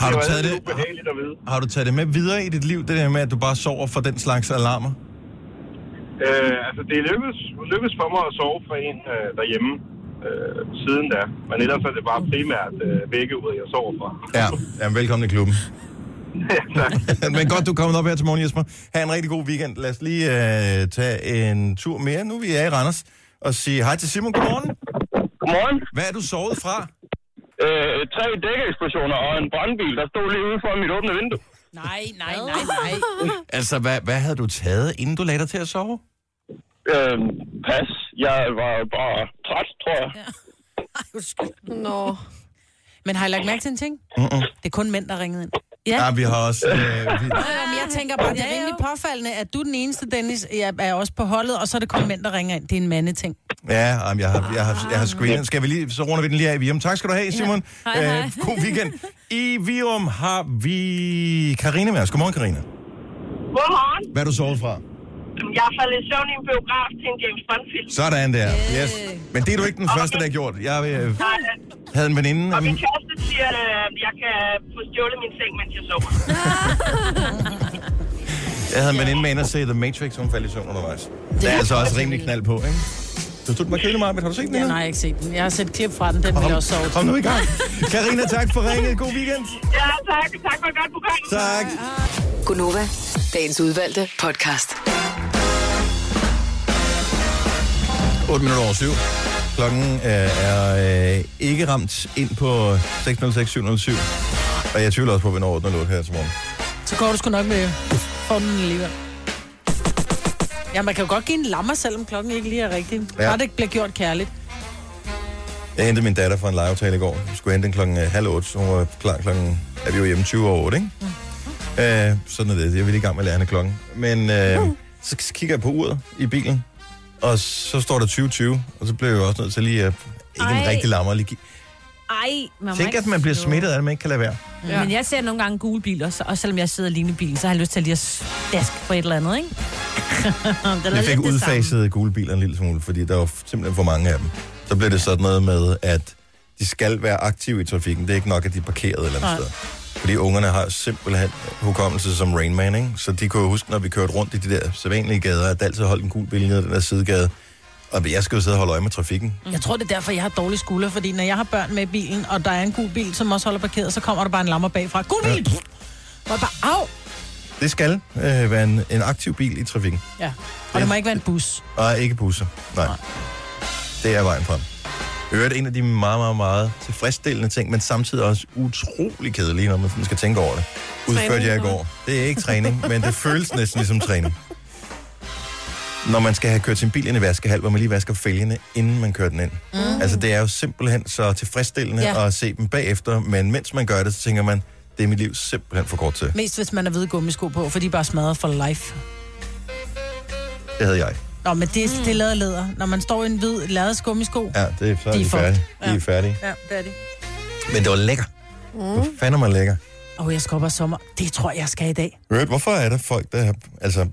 Har det du var taget altid det- ubehageligt at vide. Har du taget det med videre i dit liv, det der med, at du bare sover for den slags alarmer? Øh, altså, det lykkedes, lykkedes for mig at sove for en øh, derhjemme øh, siden da. Men ellers er det bare primært øh, vækkeuret, jeg sover for. Ja, Jamen, velkommen i klubben. tak. Men godt, du er kommet op her til morgen, Jesper. Ha' en rigtig god weekend. Lad os lige øh, tage en tur mere, nu vi er i Randers, og sige hej til Simon. Godmorgen. Godmorgen. Hvad er du sovet fra? Øh, tre dækkeeksplosioner og en brandbil, der stod lige ude for mit åbne vindue. Nej, nej, nej, nej. Altså, hvad, hvad havde du taget, inden du lagde dig til at sove? Øh, pas. Jeg var bare træt, tror jeg. Nå. Men har I lagt mærke til en ting? Det er kun mænd, der ringede ind. Ja, ja Ah, vi har også... Øh, vi, Jamen, jeg tænker bare, det er rimelig påfaldende, at du er den eneste, Dennis, jeg er også på holdet, og så er det kun mænd, der ringer ind. Det er en mandeting. Ja, jamen, jeg har, jeg har, jeg har screenet. Skal vi lige, så runder vi den lige af i Virum. Tak skal du have, Simon. Ja. Hej, hej. Øh, god weekend. I Virum har vi Karina med os. Godmorgen, Karina. Godmorgen. Hvad er du sovet fra? Jeg er faldet i søvn i en biograf til en James Bond-film. Sådan der. Yes. Men det er du ikke den første, der har gjort. Jeg øh, Nej, havde en veninde... og min øhm, kæreste siger, øh, at jeg kan få stjålet min seng, mens jeg sover. Jeg havde en veninde med ind og se The Matrix, hun faldt i søvn undervejs. Det er altså også rimelig knald på, ikke? Du stod den bare kedelig meget, har du set den? Ja, her? nej, jeg har ikke set den. Jeg har set klip fra den. Den vil jeg også sove til. Kom nu i gang. Karina, tak for ringet. God weekend. Ja, tak. Tak for et godt program. Tak. Gunova, dagens udvalgte podcast. 8 minutter over 7. Klokken øh, er øh, ikke ramt ind på 606-707. Og jeg tvivler også på, at vi når 8 her til morgen. Så går du sgu nok med formen alligevel. Ja, man kan jo godt give en lammer, selvom klokken ikke lige er rigtig. Ja. Mhm. Bare det bliver gjort kærligt. Jeg hentede min datter fra en legeaftale i går. Vi skulle hente den klokken øh, halv otte, så hun var klar klokken... Er vi jo hjemme 20 over 8, ikke? Mhm. Øh, sådan er det. Jeg vil i gang med at lære hende klokken. Men øh, så k- kigger jeg på uret i bilen, og så står der 2020, og så blev jeg jo også nødt til lige at... Ikke en Ej. rigtig lammer. Lige... gi- Ej, man må Tænk, ikke at man bliver slå. smittet af det, man ikke kan lade være. Ja. Men jeg ser nogle gange gule biler, så, og selvom jeg sidder alene i bilen, så har jeg lyst til lige at daske på et eller andet, ikke? det Jeg fik udfaset gule biler en lille smule, fordi der var f- simpelthen for mange af dem. Så blev det sådan noget med, at de skal være aktive i trafikken. Det er ikke nok, at de er parkeret et eller andet sted. Fordi ungerne har simpelthen hukommelse som Rain Man, ikke? Så de kunne huske, når vi kørte rundt i de der sædvanlige gader, at der altid holdt en gul bil nede i den der sidegade. Og jeg skal jo sidde og holde øje med trafikken. Jeg tror, det er derfor, jeg har dårlige skuldre, fordi når jeg har børn med i bilen, og der er en god bil, som også holder parkeret, så kommer der bare en lammer bagfra. God bil! Ja. Og jeg bare, au! Det skal øh, være en, en aktiv bil i trafikken, Ja. Og det må ikke være en bus. og ikke busser. Nej. Det er vejen frem. Øvrigt en af de meget, meget, meget tilfredsstillende ting, men samtidig også utrolig kedelige, når man sådan skal tænke over det. Udførte Træning, jeg i eller går. Det er ikke træning, men det føles næsten ligesom træning. Når man skal have kørt sin bil ind i vaskehal, hvor man lige vasker fælgene, inden man kører den ind. Mm. Altså, det er jo simpelthen så tilfredsstillende ja. Ja. at se dem bagefter, men mens man gør det, så tænker man, det er mit liv simpelthen for kort til. Mest hvis man har hvide gummisko på, for de er bare smadret for life. Det havde jeg. Nå, men det, mm. det er lavet af læder. Når man står i en hvid lavet gummisko. Ja, det er, så er de, De er de fucked. færdige. De Ja. er færdige. ja, det er det. Men det var lækker. Mm. Det fandme man lækker. Åh, oh, jeg skal op og sommer. Det tror jeg, jeg skal i dag. Right, hvorfor er der folk, der har... Altså,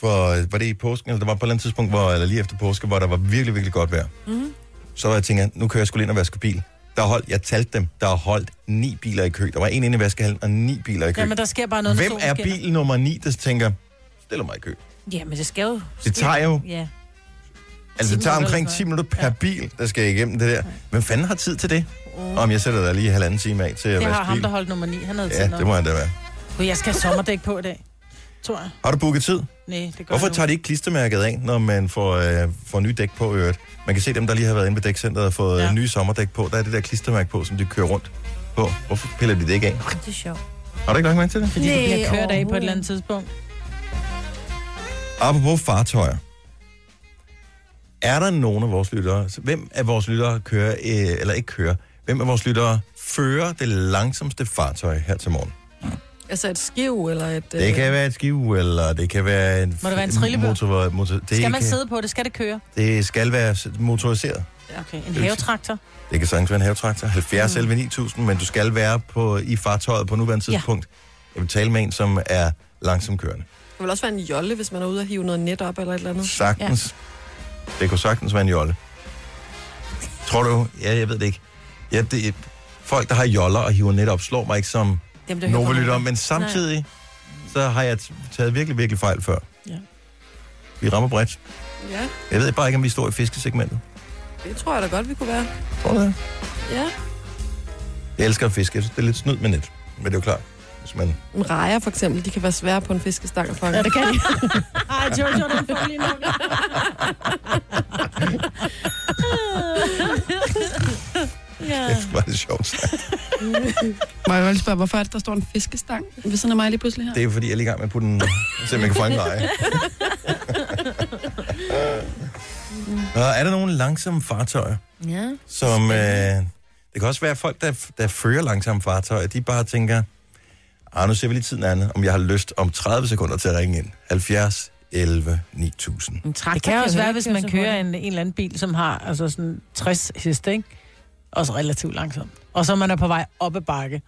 for, var det i påsken, eller der var på et eller andet tidspunkt, hvor, eller lige efter påske, hvor der var virkelig, virkelig godt vejr. Mm. Mhm. Så var jeg tænker, nu kører jeg skulle ind og vaske bil. Der er holdt, jeg talte dem, der er holdt ni biler i kø. Der var en inde i vaskehallen og ni biler i kø. Ja, men der sker bare noget, når Hvem solen er skinner. bil nummer ni, der tænker, stiller mig i kø? Ja, men det skal jo... Det tager jo, Ja. altså det 10 tager minutter omkring eller 10 minutter per bil, der skal igennem det der. Hvem fanden har tid til det? Om jeg sætter der lige halvanden time af til at Mm. Det har vaske ham, bil. der holdt nummer 9. Han havde tid Ja, nok. det må han da være. Gud, Jeg skal have sommerdæk på i dag, tror jeg. Har du booket tid? Nej, det gør Hvorfor du. tager de ikke klistermærket af, når man får, øh, får nye dæk på i øvrigt? Man kan se dem, der lige har været inde ved dækcenteret og fået ja. Ja. nye sommerdæk på. Der er det der klistermærke på, som de kører rundt på. Hvorfor piller de det ikke af? Det er sjovt. Har du ikke lagt mærke til det? Fordi Ligesom du Nej, bliver kørt af på et overhovedet. eller andet tidspunkt. Apropos fartøjer. Er der nogen af vores lyttere, så hvem af vores lyttere kører, øh, eller ikke kører, hvem af vores lyttere fører det langsomste fartøj her til morgen? Altså et skiv eller et... øh, Det kan være et skiv, eller det kan være en, Må det være en trillebør? motor, motor, det Skal man kan, sidde på det? Skal det køre? Det skal være s- motoriseret. Okay, en havetraktor. Det kan sagtens være en havetraktor. 70 mm. 9000, men du skal være på, i fartøjet på nuværende Ja. tidspunkt. Jeg vil tale med en, som er langsomt kørende. Mm. Det vil også være en jolle, hvis man er ude og hive noget net op eller et eller andet. Sagtens. Ja. Det kunne sagtens være en jolle. Tror du? Ja, jeg ved det ikke. Ja, det, folk, der har joller og hiver net op, slår mig ikke som Dem, der hører Nova fra lytter, Nova. men samtidig så har jeg t- taget virkelig, virkelig fejl før. Ja. Vi rammer bredt. Ja, Jeg ved bare ikke, om vi står i fiskesegmentet. det tror jeg da godt, vi kunne være. Tror du det? Ja. Jeg elsker at fiske. Jeg synes, det er lidt snyd med net. Men det er jo klart, hvis man Men Rejer for eksempel, de kan være svære på en fiskestang at fange. Ja, det kan de. Ej, Jojo, den får lige nok. ja. Det var det sjovt sagt. Må jeg godt spørge, hvorfor er det, der står en fiskestang ved siden af mig lige pludselig her? Det er fordi, jeg er lige i gang med at putte den, så man kan fange reje. Nå, er der nogle langsomme fartøjer, ja. som... Øh, det kan også være folk, der, der fører langsomme fartøjer, de bare tænker, ah, nu ser vi lige tiden andet, om jeg har lyst om 30 sekunder til at ringe ind. 70 11 9000. En traktor Det kan også være, hvis man kører en... en, en eller anden bil, som har altså sådan 60 heste, ikke? Også relativt langsomt. Og så man er på vej op ad bakke.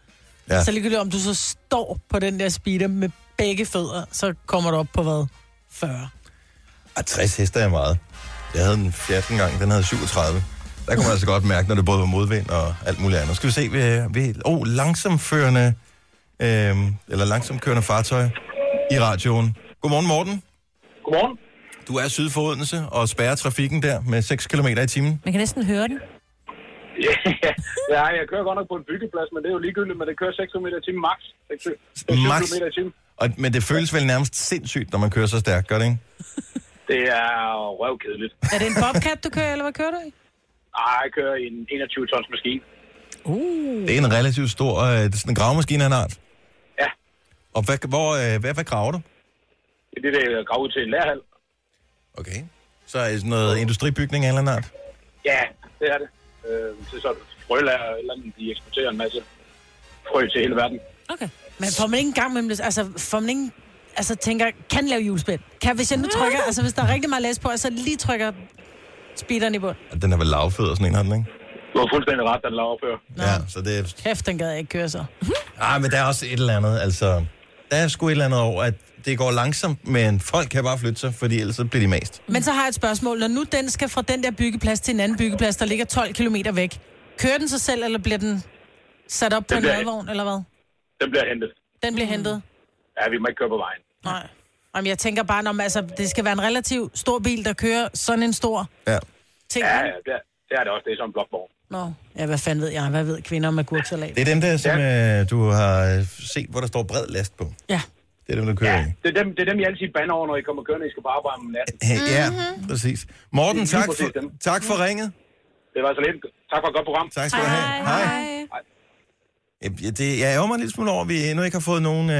Ja. Ja. Så ligegyldigt om du så står på den der speeder med begge fødder, så kommer du op på hvad? 40. Ah, 60 heste er meget. Jeg havde en 14 gang, den havde 37. Der kunne man altså godt mærke, når det både var modvind og alt muligt andet. Skal vi se, ved, ved oh, langsomførende, øhm, eller langsomkørende fartøj i radioen. Godmorgen, Morten. Godmorgen. Du er syd for Odense og spærrer trafikken der med 6 km i timen. Man kan næsten høre den. ja, jeg kører godt nok på en byggeplads, men det er jo ligegyldigt, men det kører 6 km i timen max. 6, 7 Max. km i timen. Og, men det føles vel nærmest sindssygt, når man kører så stærkt, gør det ikke? Det er røvkedeligt. Er det en bobcat, du kører, eller hvad kører du i? Ej, jeg kører i en 21 tons maskine. Det er en relativt stor øh, det er sådan en gravemaskine af en art. Ja, Og hvad, hvor, øh, hvad, hvad graver du? det er det, der graver ud til en lærhal. Okay. Så er det sådan noget industribygning af en eller anden art? Ja, det er det. Øh, det er sådan frølager eller andet, de eksporterer en masse frø til hele verden. Okay. Men får man ikke engang mellem det, altså får man ikke, altså tænker, kan lave julespind? Kan, hvis jeg nu trykker, altså hvis der er rigtig meget læs på, og så lige trykker speederen i bund. Den er vel lavfed og sådan en, har den, ikke? Du har fuldstændig ret, at den laver før. Ja, så det er... Kæft, den gad jeg ikke køre så. Ah, men der er også et eller andet, altså... Der er sgu et eller andet over, at det går langsomt, men folk kan bare flytte sig, fordi ellers så bliver de mast. Men så har jeg et spørgsmål. Når nu den skal fra den der byggeplads til en anden byggeplads, der ligger 12 km væk, kører den sig selv, eller bliver den sat op på Den en bliver- madvogn, eller hvad? Den bliver hentet. Den bliver hentet? Ja, vi må ikke køre på vejen. Nej. Jamen, jeg tænker bare, når man, altså, det skal være en relativt stor bil, der kører sådan en stor Ja. ting. Ja, ja, det er det, er det også. Det er sådan en blokvogn. Nå, ja, hvad fanden ved jeg? Hvad ved kvinder om agurksalat? Det er dem der, som øh, du har øh, set, hvor der står bred last på. Ja. Det er dem, der kører ja. i. Det er dem, det er dem jeg altid bander over, når I kommer kørende, I skal på arbejde om natten. Hey, Ja, mm-hmm. præcis. Morten, Det er lige tak for, præcis dem. tak for ringet. Det var så lidt. Tak for et godt program. Tak skal du have. Hej. Jamen, ja, Det, jeg ærger mig en lille smule over, at vi endnu ikke har fået nogen, øh,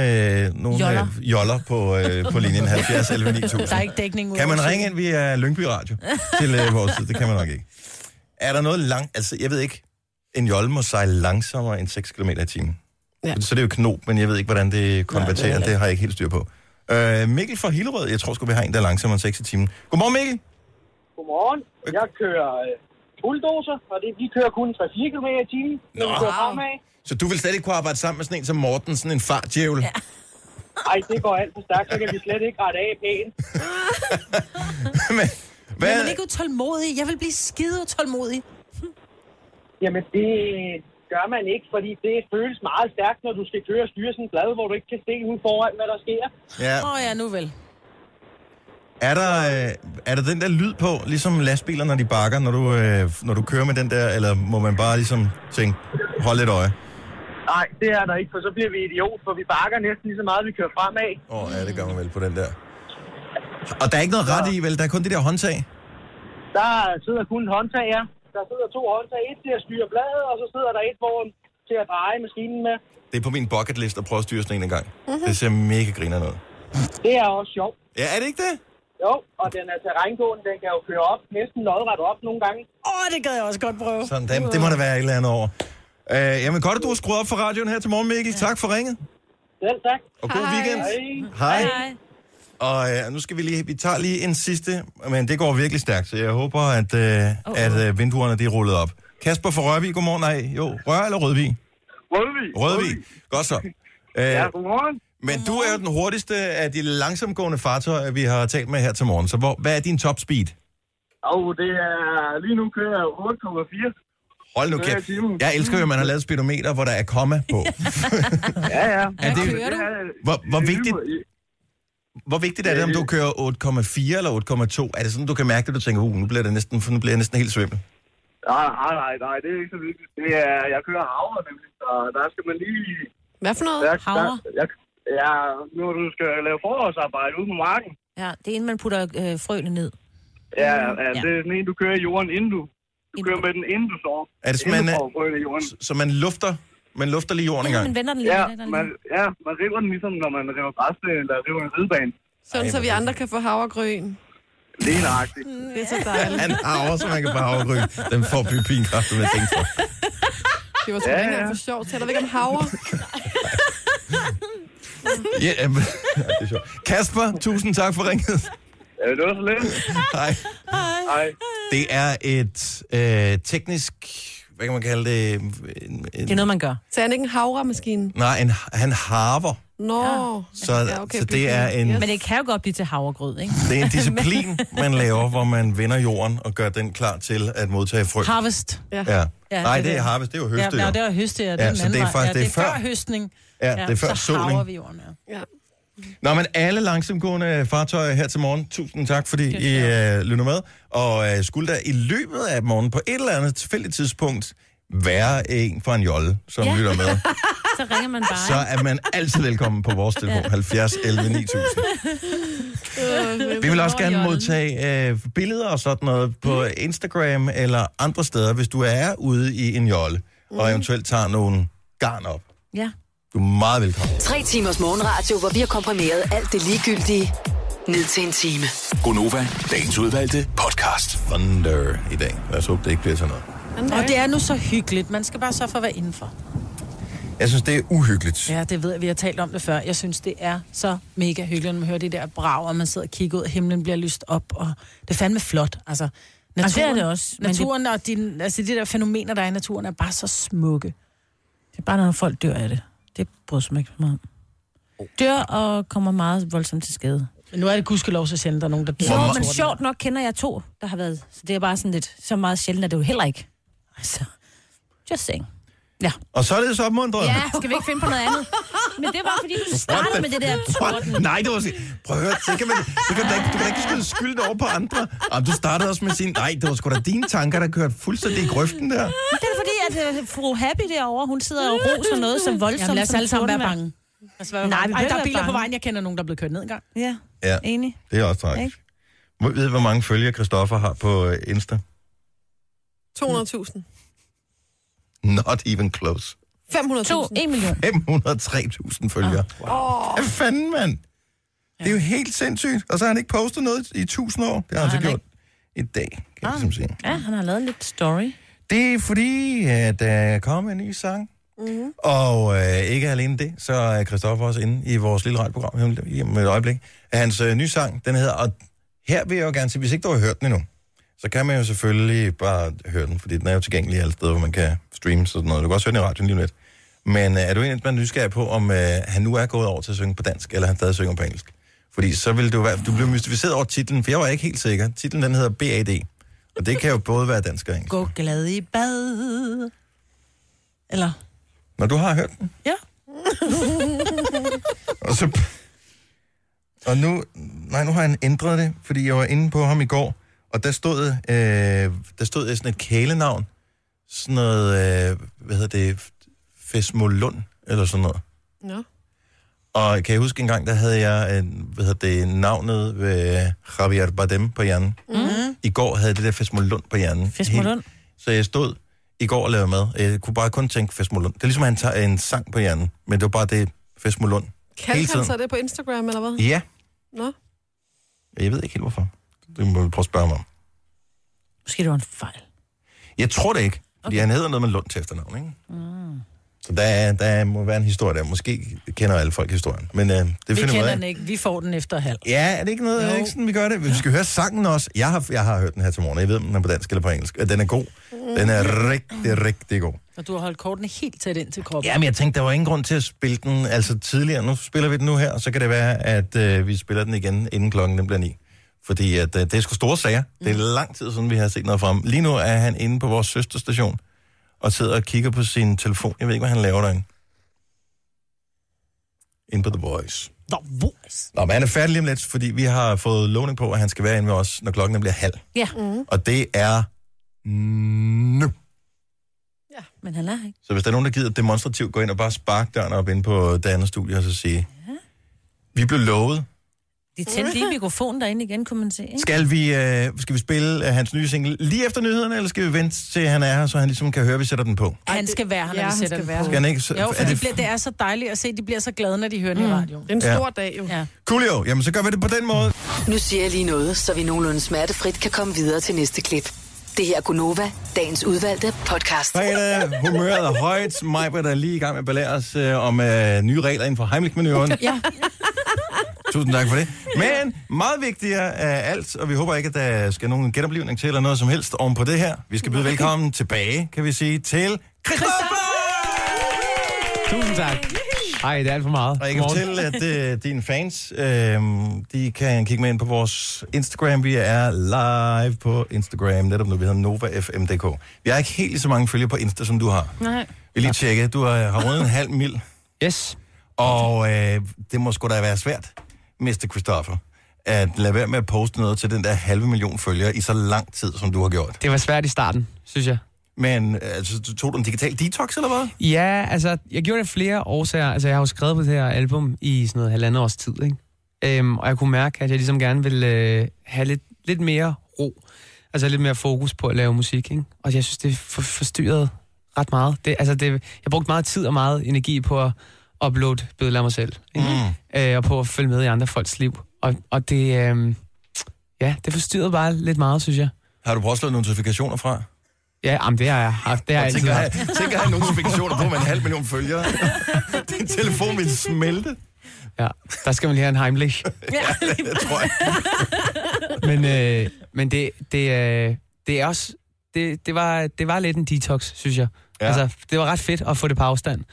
nogen Joller. Øh, joller på, øh, på linjen 70 11 9000. Der er ikke dækning ud. Kan man ringe ind via Lyngby Radio til øh, vores side? Det kan man nok ikke. Er der noget langt... Altså, jeg ved ikke. En jolle må sejle langsommere end 6 km i timen. Ja. Ja. Så det er jo knop, men jeg ved ikke, hvordan det konverterer. heller det, ikke. det har jeg ikke helt styr på. Øh, Mikkel fra Hillerød, jeg tror sgu, vi har en, der er langsommere end 6 i timen. Godmorgen, Mikkel. Godmorgen. Jeg kører øh, bulldozer, og det, de kører kun 3-4 km i timen, når de Nå. kører fremad. Så du vil slet ikke kunne arbejde sammen med sådan en som Morten, sådan en fartjævel? Ja. Ej, det går alt for stærkt, så kan vi slet ikke rette af pænt. men, Hvad? hvad, Er man ikke utålmodig? Jeg vil blive skide utålmodig. Jamen, det gør man ikke, fordi det føles meget stærkt, når du skal køre og styre sådan en blad, hvor du ikke kan se ud foran, hvad der sker. ja. Åh oh, ja, nu vel. er, der, øh, er der den der lyd på, ligesom lastbiler, når de bakker, når du, øh, når du kører med den der, eller må man bare ligesom tænke, hold lidt øje? Nej, det er der ikke, for så bliver vi idiot, for vi bakker næsten lige så meget, vi kører fremad. Åh, oh, ja, det gør man vel på den der. Og der er ikke noget ret i, vel? Der er kun det der håndtag. Der sidder kun en håndtag, ja. Der sidder to håndtag. Et til at styre bladet, og så sidder der et vogn til at dreje maskinen med. Det er på min bucket list at prøve at styre sådan en en gang. Mm-hmm. Det ser mega griner ud. Det er også sjovt. Ja, er det ikke det? Jo, og den er terrængående, den kan jo køre op, næsten lodret op nogle gange. Åh, oh, det gad jeg også godt prøve. Sådan, det, det må der være et eller andet over. Øh, jamen godt, at du har skruet op for radioen her til morgen, Mikkel. Tak for ringet. Selv tak. Og god weekend. Hej. Og øh, nu skal vi lige, vi tager lige en sidste, men det går virkelig stærkt, så jeg håber, at, øh, oh, at øh, vinduerne de er rullet op. Kasper fra Rørvig, godmorgen. Nej, jo, Rør eller Rødvig? Rødvig. Rødvig. Godt så. Øh, Ja, godmorgen. Men du er jo den hurtigste af de langsomgående fartøjer, vi har talt med her til morgen. Så hvor, hvad er din top speed? Og det er, lige nu kører jeg 8,4. Hold nu Kører i kæft. timen. Jeg elsker jo, at man har lavet speedometer, hvor der er komma på. Ja, ja. Er det, kører du? hvor, hvor, vigtigt, hvor vigtigt er det, om du kører 8,4 eller 8,2? Er det sådan, du kan mærke det, du tænker, uh, nu bliver, det næsten, nu bliver jeg næsten helt svimmel? Nej, nej, nej, nej, det er ikke så vigtigt. Det er, jeg kører havre nemlig, så der skal man lige... Hvad for noget? Der, der, Havre? jeg, ja, når du skal lave forårsarbejde ude på marken, Ja, det er inden man putter øh, frøene ned. ja, ja, Mm. Ja. det er den ene, du kører i jorden, inden du... Du Inden kører du- med den, inden du sover. Er det sådan, inden man- du får frøet i jorden. Så man lufter, man lufter lige jorden en Ja, man gang. vender den lidt. Ja, man vender den man, lidt. ja, man river den ligesom, når man river græsplæne eller river en ridebane. Sådan, så vi andre kan få havregryn. Lige nøjagtigt. Mm. Det er så dejligt. Han har også, man kan bare afryge. Den får pipinkraft, med tænke for. Det var sgu Ja, ja, ja. ja. for sjovt. Taler vi ikke om havre? Ja, øhm, ja, det er sjovt. Kasper, tusind tak for ringet. Ja, det var så lidt. Hej. Hej. Det er et øh, teknisk, hvad kan man kalde det? En, Det er en, noget, man gør. Så er han ikke en havremaskine? nej, en, han harver. Nå. Ja. Så, ja, okay, så det, er en, Men det kan jo godt blive til havregrød, ikke? det er en disciplin, man laver, hvor man vender jorden og gør den klar til at modtage frø. Harvest. Ja. Ja, Nej, det er det er det. harvest, det er jo høste. ja, jo. nej, det var høste, ja. Det Ja, er den så anden det er vej. faktisk- ja, det er det er før før- høstning. Ja, det er før så såning. harver vi jorden, ja. Ja. Nå, men alle langsomgående fartøjer her til morgen, tusind tak, fordi I øh, lytter med. Og øh, skulle der i løbet af morgen på et eller andet tilfældigt tidspunkt være en fra en jolle, som ja. Ja. lytter med, Så ringer man bare. så er man altid velkommen på vores telefon, 70 11 9000. Øh, Vi vil også gerne modtage øh, billeder og sådan noget på Instagram eller andre steder, hvis du er ude i en jolle, Mm. og eventuelt tager nogle garn op. Ja. Du er meget velkommen. Tre timers morgenradio, hvor vi har komprimeret alt det ligegyldige ned til en time. Gonova, dagens udvalgte podcast. Thunder i dag. Lad os håbe, det ikke bliver sådan noget. Og det er nu så hyggeligt. Man skal bare sørge for at være indenfor. Jeg synes, det er uhyggeligt. Ja, det ved jeg. Vi har talt om det før. Jeg synes, det er så mega hyggeligt, når man hører det der brag, og man sidder og kigger ud, og himlen bliver lyst op, og det er fandme flot. Altså, naturen, det er det også, men Naturen og din, altså, de der fænomener, der er i naturen, er bare så smukke. Det er bare, når folk dør af det. Det bryder jeg mig ikke så meget om. Dør og kommer meget voldsomt til skade. Men nu er det gudskelov, så sjældent der er nogen, der dør. Hvor Jo, meget- men sjovt nok kender jeg to, der har været. Så det er bare sådan lidt, så meget sjældent er det jo heller ikke. Altså, just saying. Og så er det så opmuntret. Ja, skal vi ikke finde på noget andet? Men det var, fordi du startede med det der torden. What? Nej, det var sådan... Prøv at høre, det kan man, det kan, du, ikke, du kan ikke skyde skylden over på andre. Jamen, du startede også med at sige, nej, det var sgu da dine tanker, der kørte fuldstændig i grøften der. Det er da fordi, at øh, fru Happy derovre, hun sidder og roser noget så voldsomt. Mm. Jamen, lad os som alle sammen være tordenvejr. bange. Lad os være Nej, bange. vi Altså, Ej, behøver der er ikke biler være på bange. vejen. Jeg kender nogen, der er blevet kørt ned engang. Ja, Ja, enig. det er også tragisk. Må I vide, hvor mange følgere Christoffer har på øh, Insta? 200.000. Not even close. 500.000. To, en million. 503.000 følgere. Wow. Hvad fanden, mand? Det er jo helt sindssygt. Og så har han ikke postet noget i tusind år. Det har han så han gjort i dag, kan jeg ligesom sige. Ja, han har lavet en lidt story. Det er fordi, at øh, der er kommet en ny sang. Mm. Og øh, ikke alene det, så er Christoffer også inde i vores lille radioprogram her lige om et øjeblik. Hans øh, nye sang, den hedder, og her vil jeg jo gerne sige, hvis ikke du har hørt den endnu, så kan man jo selvfølgelig bare høre den, fordi den er jo tilgængelig alle steder, hvor man kan streame sådan noget. Du kan også høre den i radioen lige om lidt. Men øh, er du egentlig man er nysgerrig på, om øh, han nu er gået over til at synge på dansk, eller han stadig synger på engelsk? Fordi så ville du være, du blev mystificeret over titlen, for jeg var ikke helt sikker. Titlen den hedder BAD, og det kan jo både være dansk og engelsk. Gå glad i bad. Eller? Når du har hørt den? Ja. og så... Og nu... Nej, nu har han ændret det, fordi jeg var inde på ham i går, og der stod, øh, der stod sådan et kælenavn. Sådan noget... Øh, hvad hedder det? Fesmolund, eller sådan noget. Nå. Og kan jeg huske en gang, der havde jeg øh, hvad hedder det, navnet ved Javier Bardem på hjernen. Mhm. I går havde jeg det der Fesmolund på hjernen. Fesmolund? Helt- Så jeg stod i går og lavede mad. og Jeg kunne bare kun tænke Fesmolund. Det er ligesom, at han tager en sang på hjernen, men det var bare det Fesmolund. Hele Kaldte tiden. han så det på Instagram, eller hvad? Ja, Nå? jeg ved ikke helt hvorfor. Det må vi prøve at spørge ham om. Måske det var en fejl. Jeg tror det ikke, fordi okay. han hedder noget med Lund til efternavn, ikke? Så der, er- der må være en historie der. Måske kender alle folk historien, men øh, det Det vi finder vi ud kender af. den ikke. Vi får den efter halv. Ja, er det ikke noget, er det ikke sådan, vi gør det? Vi skal høre sangen også. Jeg har, jeg har hørt den her til morgen. Jeg ved, om den er på dansk eller på engelsk. Og Den er god. Den er rigtig, rigtig god. Og du har holdt kortene helt tæt ind til kroppen. Jamen, jeg tænkte, der var ingen grund til at spille den altså tidligere. Nu spiller vi den nu her, og så kan det være, at øh, vi spiller den igen, inden klokken den bliver ni. Fordi at, øh, det er sgu store sager. Det er lang tid siden, vi har set noget fra ham. Lige nu er han inde på vores søsterstation og sidder og kigger på sin telefon. Jeg ved ikke, hvad han laver derinde. Inde på The Voice. Nå, hvor? Nå, men han er færdig lige om lidt, fordi vi har fået lovning på, at han skal være inde med os, når klokken den bliver halv. Ja. Mm. Og det er nu. Men han er her ikke. Så hvis der er nogen, der gider demonstrativt gå ind og bare sparke døren op ind på det andet studie, og så sige, ja. vi blev lovet. De tændte lige mikrofonen derinde igen, kunne man se. Ikke? Skal vi, øh, skal vi spille øh, hans nye single lige efter nyhederne, eller skal vi vente til han er her, så han ligesom kan høre, at vi sætter den på? Han skal være her, når Ja, ja, vi han sætter skal den være på. her. Skal han ikke? Så, Jo, for er det, det bliver, det er så dejligt at se. De bliver så glade, når de hører mm. den i radioen. Det er en Ja. stor dag, jo. Ja. Coolio, jamen så gør vi det på den måde. Nu siger jeg lige noget, så vi nogenlunde smertefrit kan komme videre til næste klip. Det her er Gunova, dagens udvalgte podcast. Fredag, humøret er højt. Majbert er lige i gang med at belære os øh, om øh, nye regler inden for Heimlich-menuren. Ja. Tusind tak for det. Men meget vigtigere af alt, og vi håber ikke, at der skal nogen genoplevning til eller noget som helst oven på det her. Vi skal byde velkommen tilbage, kan vi sige, til Christoffer! Tusind tak. Ej, det er alt for meget. Og jeg kan fortælle, at øh, dine fans, øh, de kan kigge med ind på vores Instagram. Vi er live på Instagram, netop nu. Vi hedder NovaFMDK. Vi har ikke helt lige så mange følgere på Insta, som du har. Nej. Vi lige tjekke. Du har, har rundet en halv mil. Yes. Og øh, det må sgu da være svært, Mr. Christoffer, at lade være med at poste noget til den der halve million følgere i så lang tid, som du har gjort. Det var svært i starten, synes jeg. Men øh, altså, du tog du en digital detox, eller hvad? Ja, altså, jeg gjorde det af flere årsager. Altså, jeg har jo skrevet på det her album i sådan noget halvandet års tid, ikke? Øhm, og jeg kunne mærke, at jeg ligesom gerne ville øh, have lidt, lidt mere ro. Altså lidt mere fokus på at lave musik, ikke? Og jeg synes, det for, forstyrrede ret meget. Det, altså, det, jeg brugte meget tid og meget energi på at uploade billeder af mig selv, ikke? Mm. Øh, og på at følge med i andre folks liv. Og, og det, øh, ja, det forstyrrede bare lidt meget, synes jeg. Har du prøvet at slå notifikationer fra? Ja, jamen, det har jeg haft. Det har jeg Jeg altid tænker, haft. at have- tænker at have notifikationer på med en halv million følgere. Din telefon vil smelte. Ja, der skal man lige have en Heimlich. Det tror jeg. men, øh, men det, det, øh, det er også... Det, det, var, det var lidt en detox, synes jeg. Ja. Ja. Altså, det var ret fedt at få det på afstand.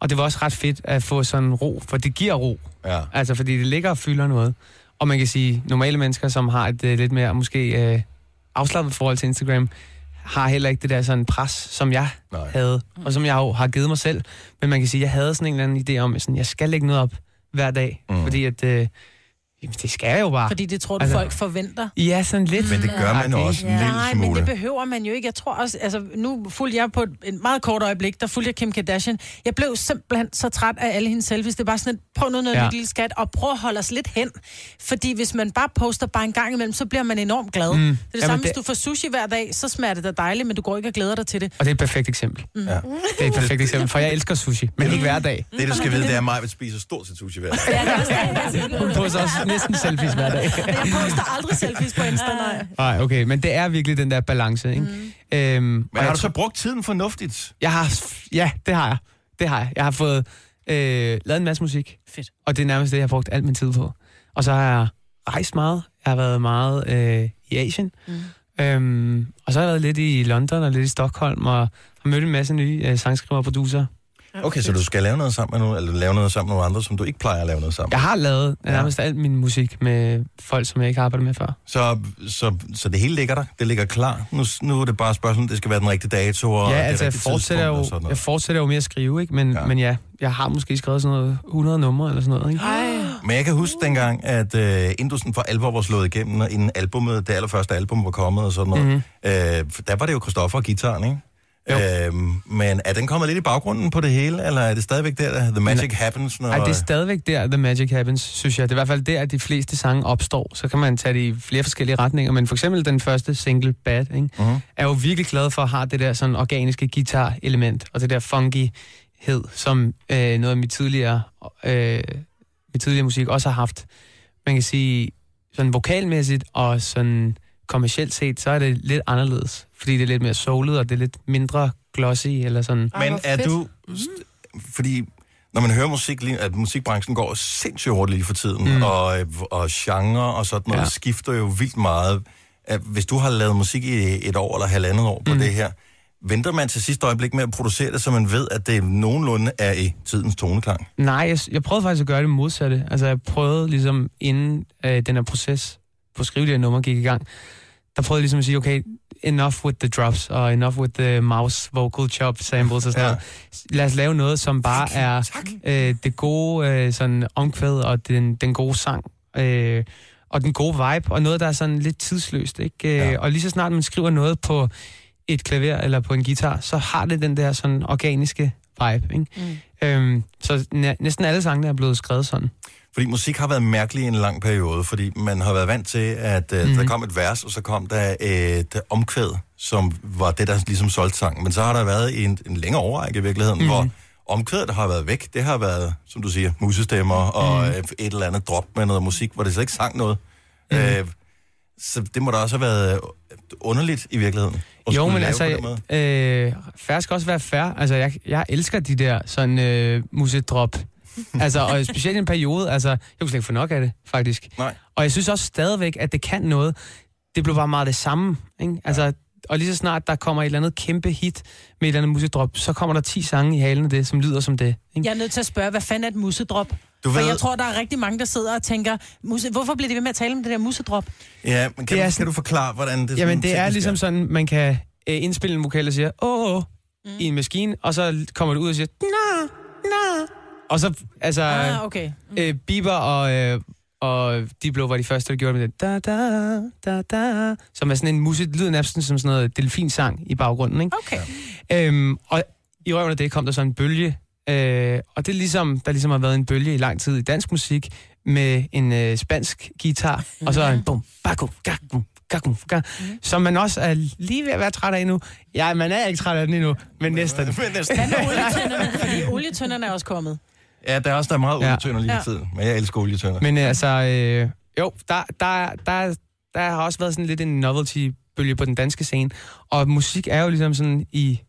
Og det var også ret fedt at få sådan ro, for det giver ro. Ja. Altså, fordi det ligger og fylder noget. Og man kan sige, normale mennesker, som har et øh, lidt mere måske øh, afslappet forhold til Instagram, har heller ikke det der sådan pres, som jeg Nej. havde, og som jeg jo har givet mig selv. Men man kan sige, at jeg havde sådan en eller anden idé om, at sådan, jeg skal lægge noget op hver dag, Mm. mm. fordi at, øh, jamen, det skal jeg jo bare. Fordi det tror du, Altså- folk forventer. Ja, sådan lidt. Men det gør man Agtigt. også en lille Nej, men det smule. behøver man jo ikke. Jeg tror også, altså nu fulgte jeg på et, et meget kort øjeblik, der fulgte jeg Kim Kardashian. Jeg blev simpelthen så træt af alle hendes selfies. Det er bare sådan et, prøv nu noget Ja. ja. lille skat, og prøv at holde os lidt hen. Fordi hvis man bare poster bare en gang imellem, så bliver man enormt glad. Mm. Det er det Jamen, samme, hvis det- du får sushi hver dag, så smager det da dejligt, men du går ikke og glæder dig til det. Og det er et perfekt eksempel. Mm. Ja. Det er et perfekt eksempel, for jeg elsker sushi, men ikke hver dag. Det, du skal vide, det er, at Maja spiser stort set sushi hver dag. Hun poster også næsten selfies hver dag. Men jeg poster aldrig selfies på Insta, nej. Nej, okay, men det er virkelig den der balance, ikke? Mm. Øhm, og Men jeg har du tror- så brugt tiden fornuftigt? Jeg har, ja, det har jeg. Det har jeg. Jeg har fået øh, lavet en masse musik. Fedt. Og det er nærmest det, jeg har brugt al min tid på. Og så har jeg rejst meget. Jeg har været meget øh, i Asien. Mm. Øhm, og så har jeg været lidt i London og lidt i Stockholm, og har mødt en masse nye øh, sangskriver og producer. Okay, så du skal lave noget sammen med nogle, eller lave noget sammen med nogle andre, som du ikke plejer at lave noget sammen. Jeg Ja. har lavet nærmest al min musik med folk, som jeg ikke har arbejdet med før. Så, så, så det hele ligger der. Det ligger klar. Nu, nu er det bare spørgsmålet, det skal være den rigtige dato og ja, det altså jeg rigtige fortsætter, tidspunkt og jo, sådan jeg noget. fortsætter jo med at skrive, ikke? Men, Ja. ja. men ja, jeg har måske skrevet sådan noget 100 numre eller sådan noget. Ikke? Men jeg kan huske dengang, at øh, Indusen for alvor var slået igennem, Mhm. og inden albumet, det allerførste album var kommet og sådan noget. Mm-hmm. Øh, for der var det jo Christoffer og gitaren, ikke? Øhm, men er den kommet lidt i baggrunden på det hele, eller er det stadigvæk der, der The Magic Nej. Happens? Når... Ej, det er stadigvæk der, The Magic Happens, synes jeg. Det er i hvert fald der, at de fleste sange opstår. Så kan man tage det i flere forskellige retninger. Men for eksempel den første single, Bad, ikke? Mhm. er jo virkelig glad for at have det der sådan organiske guitar-element, og det der funkyhed, som øh, noget af mit tidligere, øh, mit tidligere musik også har haft. Man kan sige, sådan vokalmæssigt og sådan kommercielt set, så er det lidt anderledes. Fordi det er lidt mere soulet, og det er lidt mindre glossy, eller sådan. Men er du... Fordi når man hører musik, lige- at musikbranchen går sindssygt hurtigt lige for tiden, mm. og, øh, og genre og sådan noget ja. Ja. skifter jo vildt meget. At Hvis du har lavet musik i et år eller halvandet år på mm. det her, venter man til sidste øjeblik med at producere det, så man ved, at det nogenlunde er i tidens toneklang? Nej, jeg, jeg prøvede faktisk at gøre det modsatte. Altså, jeg prøvede ligesom, inden øh, den her proces på at skrive det her nummer gik i gang, der prøvede jeg ligesom at sige, okay, enough with the drops, og enough with the mouse vocal chop samples og sådan ja. noget. Lad os lave noget, som bare er øh, det gode øh, sådan omkvæd og den, den gode sang. Øh, og den gode vibe, og noget, der er sådan lidt tidsløst. Ikke? Ja. Og lige så snart man skriver noget på et klaver eller på en guitar, så har det den der sådan organiske vibe. Ikke? Mm. Øhm, så næ- næsten alle sangene er blevet skrevet sådan. Fordi musik har været mærkelig i en lang periode, fordi man har været vant til, at øh, Mhm. mm. der kom et vers, og så kom der et omkvæd, som var det, der ligesom solgte sangen. Men så har der været en, en længere overrække i virkeligheden, Mhm. mm. hvor omkvædet har været væk. Det har været, som du siger, musestemmer og Mhm. mm. et eller andet drop med noget musik, hvor det slet ikke sang noget. Mhm. Mm. Øh, så det må da også have været øh, underligt i virkeligheden. at jo, skulle men lave altså, på den måde. øh, færre skal også være færre. Altså, jeg, jeg elsker de der sådan øh, musedrop. altså, og specielt i en periode, altså, jeg kunne slet ikke få nok af det, faktisk. Nej. Og jeg synes også stadigvæk, at det kan noget. Det blev bare meget det samme, ikke? Altså, og lige så snart der kommer et eller andet kæmpe hit med et eller andet musedrop, så kommer der 10 sange i halen af det, som lyder som det. Ikke? Jeg er nødt til at spørge, hvad fanden er et mussedrop? Du Du ved... For ved- jeg tror, der er rigtig mange, der sidder og tænker, musse... hvorfor bliver de ved med at tale om det der mussedrop? Ja, men kan, Det du, er kan sådan- du forklare, hvordan det Jamen, sådan det er teknisk ligesom sådan, man kan øh, indspille en vokal og siger, åh, åh, mm. i en maskine, og så kommer det ud og siger, Nå, nå. og så, altså, Ah, okay. øh, Bieber og, øh, og Diplo var de første, der gjorde det med det, da, da, da, da, som er sådan en musik, lyder næsten som sådan noget delfinsang i baggrunden, ikke? Okay. Øhm, og i røven af det kom der så en bølge, øh, og det er ligesom, der ligesom har været en bølge i lang tid i dansk musik, med en øh, spansk guitar, og så en bum, bako, gakum, gakum, gakum, som man også er lige ved at være træt af nu. Ja, man er ikke træt af den endnu, men næsten. Men næsten. Hvad med olietønderne? Fordi olietønderne er også kommet. Ja, der er også der er meget Ja. olietønder lige Ja. for tiden, men jeg elsker olietønder. Men øh, altså, øh, jo, der, der, der, der har også været sådan lidt en novelty-bølge på den danske scene. Og musik er jo ligesom sådan i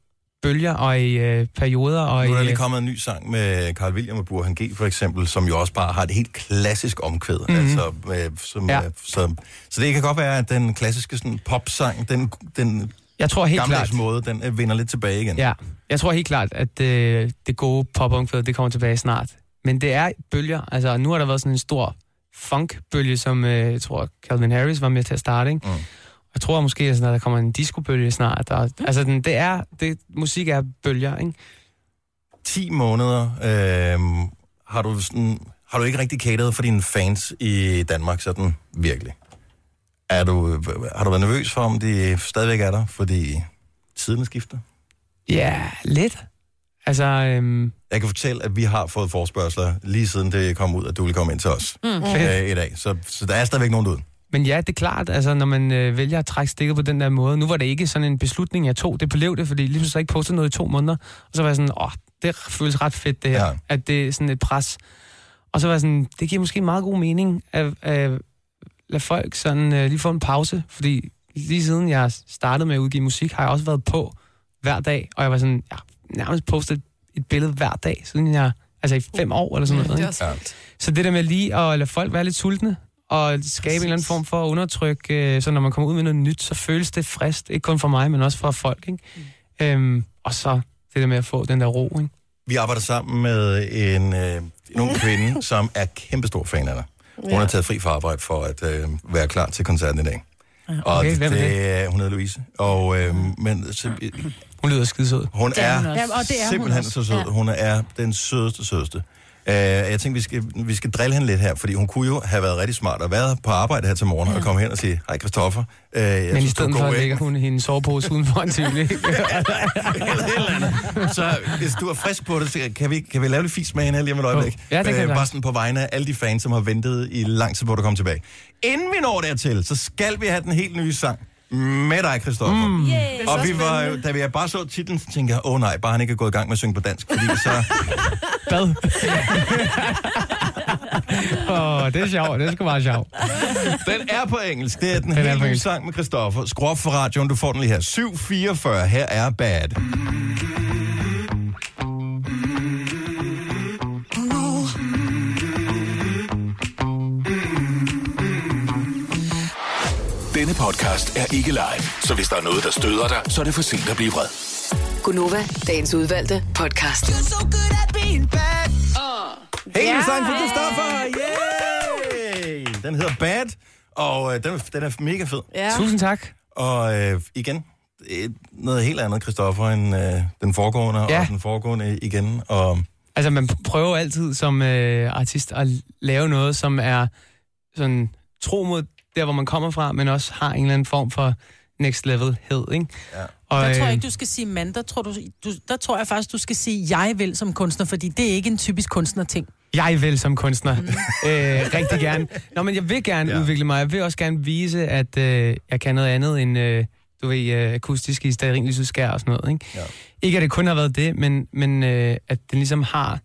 bølger og i øh, perioder. Og Nu er der i, lige kommet en ny sang med Carl William og Burhan G, for eksempel, som jo også bare har et helt klassisk omkvæd. Mm-hmm. Mhm. Altså, øh, som, ja. Ja. øh, som, så det kan godt være, at den klassiske sådan, popsang, den, den Jeg tror helt gamle klart- måde, den øh, vinder lidt tilbage igen. Ja, jeg tror helt klart, at øh, det gode popomkvæd, det kommer tilbage snart. Men det er bølger. Altså, nu har der været sådan en stor funkbølge, som øh, jeg tror, Calvin Harris var med til at starte, ikke? Mm. Jeg tror måske, at sådan, at der kommer en discobølge snart. Og, altså, den, det er, det, musik er bølger, ikke? 10 måneder øh, har, du sådan, har du ikke rigtig cateret for dine fans i Danmark, sådan virkelig. Er du, har du været nervøs for, om de stadigvæk er der, fordi tiderne skifter? Ja, lidt. Altså, øhm, Jeg kan fortælle, at vi har fået forspørgseler lige siden det kom ud, at du ville komme ind til os mm. Mm. øh, i dag. Så, så der er stadigvæk nogen derude. Men ja, det er klart, altså, når man øh, vælger at trække stikket på den der måde. Nu var det ikke sådan en beslutning, jeg tog. Det blev det, fordi lige pludselig har jeg ikke postet noget i to måneder. Og så var jeg sådan, åh, det føles ret fedt det her, Ja. ja. at det er sådan et pres. Og så var jeg sådan, det giver måske meget god mening at, at lade folk sådan øh, lige få en pause. Fordi lige siden jeg startede med at udgive musik, har jeg også været på hver dag. Og jeg var sådan, jeg har nærmest postet et billede hver dag, siden jeg, altså i fem år eller sådan noget. det er ikke? også vildt. Så det der med lige at lade folk være lidt sultne, og skabe en eller anden form for undertryk, øh, så når man kommer ud med noget nyt, så føles det frist. Ikke kun for mig, men også for folk. Ikke? Mm. Øhm, og så det der med at få den der ro. Ikke? Vi arbejder sammen med en, øh, en ung kvinde, som er kæmpestor fan af dig. Hun har Ja. taget fri fra arbejde for at øh, være klar til koncerten i dag. Ah, Og Okay, hvem er det? Hun hedder Louise. Og, øh, men, så, Hun lyder skidesød. hun Det er er, hun også. Jamen, og det er hun simpelthen også. så sød. Ja. Hun er den sødeste, sødeste. Øh, jeg tænkte, vi skal, vi skal drille hende lidt her, fordi hun kunne jo have været rigtig smart og været på arbejde her til morgen ja. og komme hen og sige, hej Christoffer. Øh, jeg Men i synes, du er stedet for god, ikke?" lægger hun hendes sovepose uden for en tyvlig. Så hvis du er frisk på det, så kan vi, kan vi lave lidt fis med hende her lige om et øjeblik? Ja, det kan vi Øh, Bare godt. sådan på vegne af alle de fans, som har ventet i lang tid på, at du kommer tilbage. Inden vi når dertil, så skal vi have den helt nye sang med dig, Christoffer. Mm. Yay. Det er Og så vi var, jo- da vi bare så titlen, så tænkte jeg, åh oh, nej, bare han ikke er gået i gang med at synge på dansk, fordi så... Bad. Åh, det er sjovt. Det er sgu meget sjovt. Den er på engelsk. Det er den, den er helt på nye engelsk. sang med Christoffer. Skru op for radioen, du får den lige her. 7.44, her er Bad. Denne podcast er ikke live, så hvis der er noget, der støder dig, så er det for sent at blive vred. Gunova, dagens udvalgte podcast. Hey, Ja. yeah. sang for Christoffer! Yay! Den hedder Bad, og øh, den, er- den er mega fed. Ja. Tusind tak. Og øh, igen, øh, noget helt andet, Christoffer, end øh, den foregående ja. og den foregående igen. Og Altså, man prøver altid som øh, artist at lave noget, som er sådan tro mod der, hvor man kommer fra, men også har en eller anden form for next level-hed, ikke? Ja. Og, der øh, tror jeg ikke, du skal sige mand. Der tror, du, du, der tror jeg faktisk, du skal sige, jeg vil som kunstner, fordi det er ikke en typisk kunstner-ting. Jeg vil som kunstner øh, rigtig gerne. Nå, men jeg vil gerne ja. udvikle mig. Jeg vil også gerne vise, at øh, jeg kan noget andet end, øh, du ved, øh, akustiske stearinlysudskær og sådan noget. Ikke? Ja. ikke at det kun har været det, men, men øh, at den ligesom har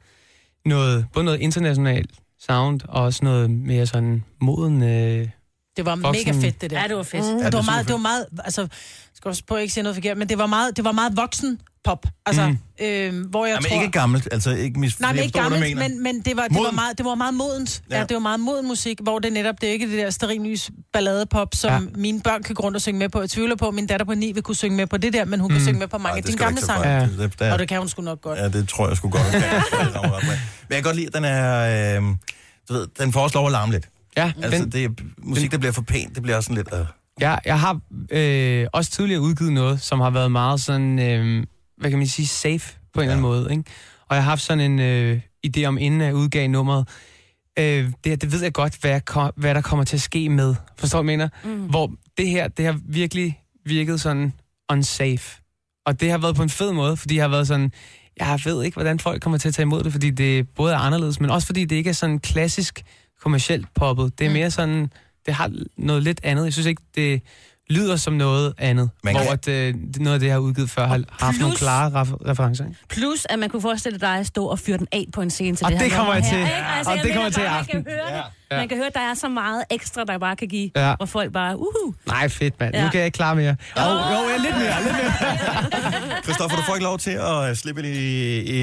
noget, både noget internationalt sound, og også noget mere sådan moden... Øh, Det var Voksen- mega fedt, det der. Ja, det var fedt. Mm, Ja, ja, det det, er var meget, super det var meget, altså, jeg skal også på at ikke sige noget forkert, men det var meget, det var meget voksen pop. Altså, Mm. mm. øh, hvor jeg Jamen, tror... ikke gammelt, altså ikke mis... Nej, men jeg ikke forstår, hvad du gammelt, mener. men, men det, var, det, var Moden. meget, det var meget modent. Ja. Ja. ja, det var meget moden musik, hvor det netop, det er ikke det der sterinlys balladepop, som ja. mine børn kan gå rundt og synge med på. Jeg tvivler på, at min datter på 9 vil kunne synge med på det der, men hun mm. Mm. kan synge med på mange Ej, af det dine skal du gamle ikke tage sange. fra. Ja. Det- det er- Og det kan hun sgu nok godt. Ja, det tror jeg sgu godt. hun kan. Det rammer ret meget. Men jeg kan godt lide, at den er... Øh, du ved, den får også lov at larme lidt. Ja, Altså, den- det er, musik, der bliver for pænt, det bliver også sådan lidt... Øh. Ja, jeg har øh, også tidligere udgivet noget, som har været meget sådan, øh, hvad kan man sige, safe på en ja. eller anden måde. Ikke? Og jeg har haft sådan en øh, idé om, inden jeg udgav nummeret, øh, det, her, det ved jeg godt, hvad, jeg kom, hvad der kommer til at ske med. Forstår du, hvad jeg mener? Mm. Hvor det her, det har virkelig virket sådan unsafe. Og det har været på en fed måde, fordi jeg har været sådan, jeg ved ikke, hvordan folk kommer til at tage imod det, fordi det både er anderledes, men også fordi det ikke er sådan klassisk kommercielt poppet. Det er mere sådan, det har noget lidt andet. Jeg synes ikke, det lyder som noget andet, Man Man kan- hvor at, øh, det- noget af det, jeg har udgivet før, har har haft nogle plus- klare ref- referencer. Ikke? Plus, at man kunne forestille dig at stå og fyre den af på en scene til Og det, det her kommer nummer jeg her, til. ikke? Altså, Og jeg det mener kommer jeg til i bare, Man aften. kan høre det. Ja. Man kan høre, at der er så meget ekstra, der bare kan give, Ja. hvor folk bare, uhu. Nej, fedt mand. Ja. Ja. Nu kan jeg ikke klare mere. Jo, jo, jeg er lidt mere. Christoffer, du får ikke lov til at slippe det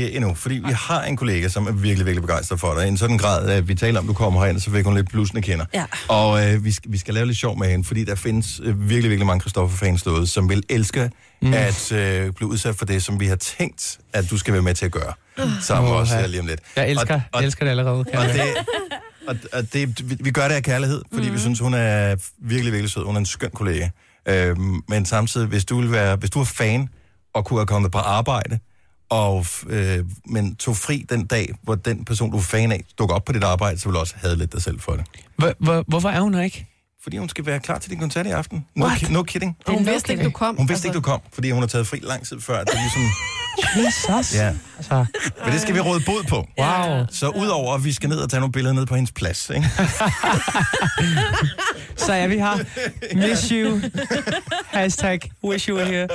øh, endnu, fordi vi har en kollega, som er virkelig, virkelig begejstret for dig. I en sådan grad, at vi taler om, du kommer herind, så fik hun lidt blusende kender. Ja. Og øh, vi, skal, vi skal lave lidt sjov med hende, fordi der findes øh, virkelig, virkelig mange Christoffer-fans derude, som vil elske mm. at øh, blive udsat for det, som vi har tænkt, at du skal være med til at gøre. Sammen med os Ah. Åh, her ja. lige om lidt. Jeg elsker, og, elsker det allerede. kan og jeg det, mærke. og, og det, vi- vi gør det af kærlighed, fordi mm. vi synes, hun er virkelig, virkelig sød. Hun er en skøn kollega. Øhm, men samtidig, hvis du, vil være, hvis du er fan og kunne have kommet på arbejde, og, f- øh, men tog fri den dag, hvor den person, du er fan af, dukker op på dit arbejde, så ville du også have lidt dig selv for det. Hvor, hvor, hvorfor er hun her ikke? Fordi hun skal være klar til din koncert i aften. No, ki- no kidding. Hun vidste ikke, du kom. Hun vidste altså... ikke, du kom, fordi hun har taget fri lang tid før. Det er ligesom... Jesus. Ja. Altså, Men det skal vi råde bod på. Wow. Så udover, at vi skal ned og tage nogle billeder ned på hendes plads, ikke? så er vi her. Miss you. Hashtag wish you were here.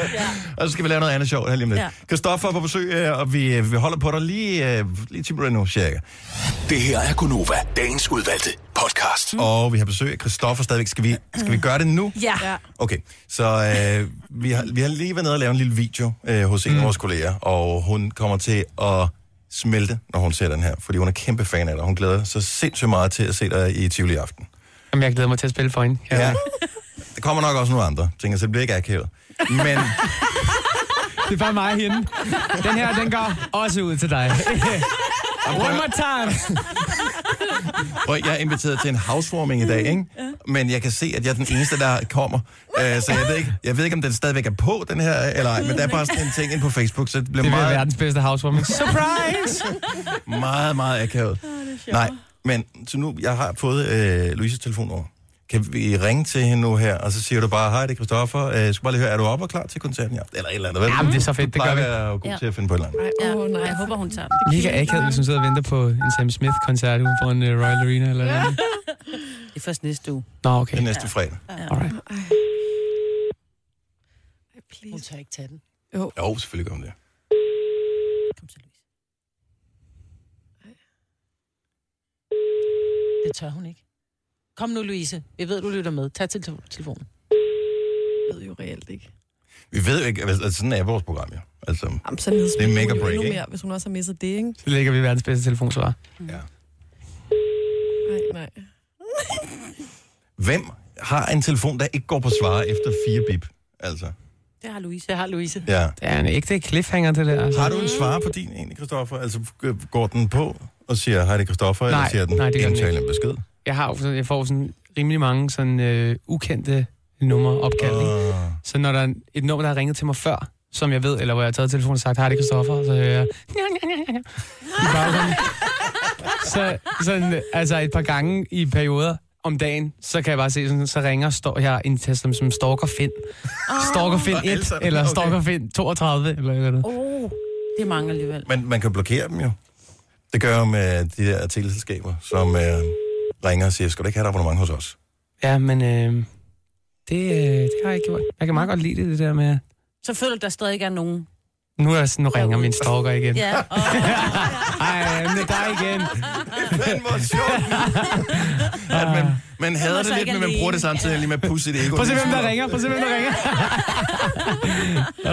Og så skal vi lave noget andet sjovt her lige om lidt. Ja. Kristoffer er på besøg, øh, og vi, øh, vi holder på dig lige, øh, lige 10 minutter nu, cirka. Mm. Det her er Gunova, dagens udvalgte podcast. Mm. Og vi har besøg af Kristoffer stadigvæk. Skal vi, skal vi gøre det nu? Ja. ja. Okay, så øh, vi, har, vi har lige været nede og lave en lille video øh, hos Mm. en af vores kolleger, og hun kommer til at smelte, når hun ser den her, fordi hun er kæmpe fan af dig. Hun glæder sig sindssygt meget til at se dig i Tivoli i aften. Jamen, jeg glæder mig til at spille for hende. Ja. ja. Der kommer nok også nogle andre, tænker jeg, så det bliver ikke akavet. Men... Det er bare mig og hende. Den her, den går også ud til dig. One more time. Prøv, jeg er inviteret til en housewarming i dag, ikke? men jeg kan se, at jeg er den eneste, der kommer. Øh, så jeg ved, ikke, jeg ved ikke, om den stadigvæk er på, den her, eller ej, men der er bare sådan en ting inde på Facebook, så det bliver Det bliver meget, verdens bedste housewarming. Surprise! meget, meget akavet. Nej, men så nu, jeg har fået øh, Louises telefon over. Kan vi ringe til hende nu her, og så siger du bare, hej, det er Christoffer. Øh, jeg skal bare lige høre, er du oppe og klar til koncerten i aften? Eller et eller andet. vel? Jamen, det er så fedt, Du det plejer gør vi. at være god Ja. til at finde på et eller andet. Ja, oh, jeg håber, hun tager den. Mega akavet, hvis hun sidder og venter på en Sam Smith-koncert uden for en uh, Royal Arena eller noget. andet. Det er først næste uge. Nå, okay. Det er næste fredag. Altså, Alright. Hun tør ikke tage den. Jo, selvfølgelig gør hun det. Det tør hun ikke. Kom nu, Louise. Vi ved, du lytter med. Tag til te- telefonen. Jeg ved jo reelt ikke. Vi ved jo ikke, altså sådan er vores program jo. Altså, Jamen, så nedsmider det er hun mega jo break, endnu ikke? mere, hvis hun også har misset det, ikke? Så lægger vi verdens bedste telefonsvar. Nej, nej. Hvem har en telefon, der ikke går på svare efter fire bip? Altså, Det har Louise. Det har Louise. ja. Det er en ægte cliffhanger, det der. Altså. Har du en svar på din egentlig, Christoffer? Altså, g- går den på og siger, hej, det er Christoffer, eller Nej, siger den, nej, det gør den indtale ikke. en besked? Jeg, har, jo sådan- jeg får sådan rimelig mange sådan, øh, ukendte numre opkald. ikke? Åh. Så når der er et nummer, der har ringet til mig før, som jeg ved, eller hvor jeg har taget telefonen og sagt, har det er Christoffer, så hører jeg... i baggrunden. så sådan, altså et par gange i perioder om dagen, så kan jeg bare se, sådan, så ringer står jeg indtaster dem som Stalker Finn. Ah. Stalker Finn Og 1, alle sammen, eller okay. Stalker Finn 32, eller eller andet. Oh, det er mange alligevel. Men man kan blokere dem jo. Det gør jo med de der teleselskaber, som øh, ringer og siger, skal du ikke have et abonnement hos os? Ja, men øh, det, øh, det har jeg ikke gjort. Jeg kan meget godt lide det, det der med, Så føler du, der stadig ikke er nogen. nu, er, jeg sådan- nu ringer min stalker igen. Ja, og Ej, med dig igen. Men hvor sjovt! at man, man hader man så det lidt, ikke men man bruger alene. det samtidig lige med at pusse det ego. Prøv at se, hvem der ringer. Prøv at se, hvem der ringer. uh,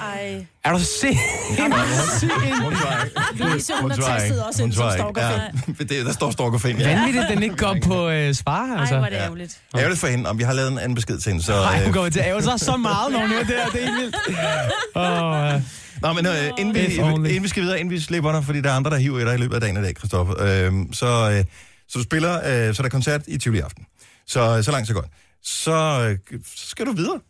ej. er du sindssyg? Hun svarer ikke. Louise, hun Hun har svarer tastet ikke. også Hun ind som svarer ikke. stalker. Ja, det- der står stalker fan. Ja. Vanvittigt, den ikke går på øh, svar, Ej, altså. hvor er det ærgerligt. Ærgerligt for hende, om vi har lavet en anden besked til hende. Så, Ej, hun øh, går til at ærge sig så meget, når hun hører det her. Det er helt vildt. Åh, øh. Nå, men øh, inden, vi, If only. inden vi skal videre, inden vi slipper dig, fordi der er andre, der hiver i dig i løbet af dagen i dag, Christoffer. Øh, så, øh, så du spiller, øh, så er der koncert i Tivoli i aften. Så, så langt, så godt. Så, øh, så skal du videre.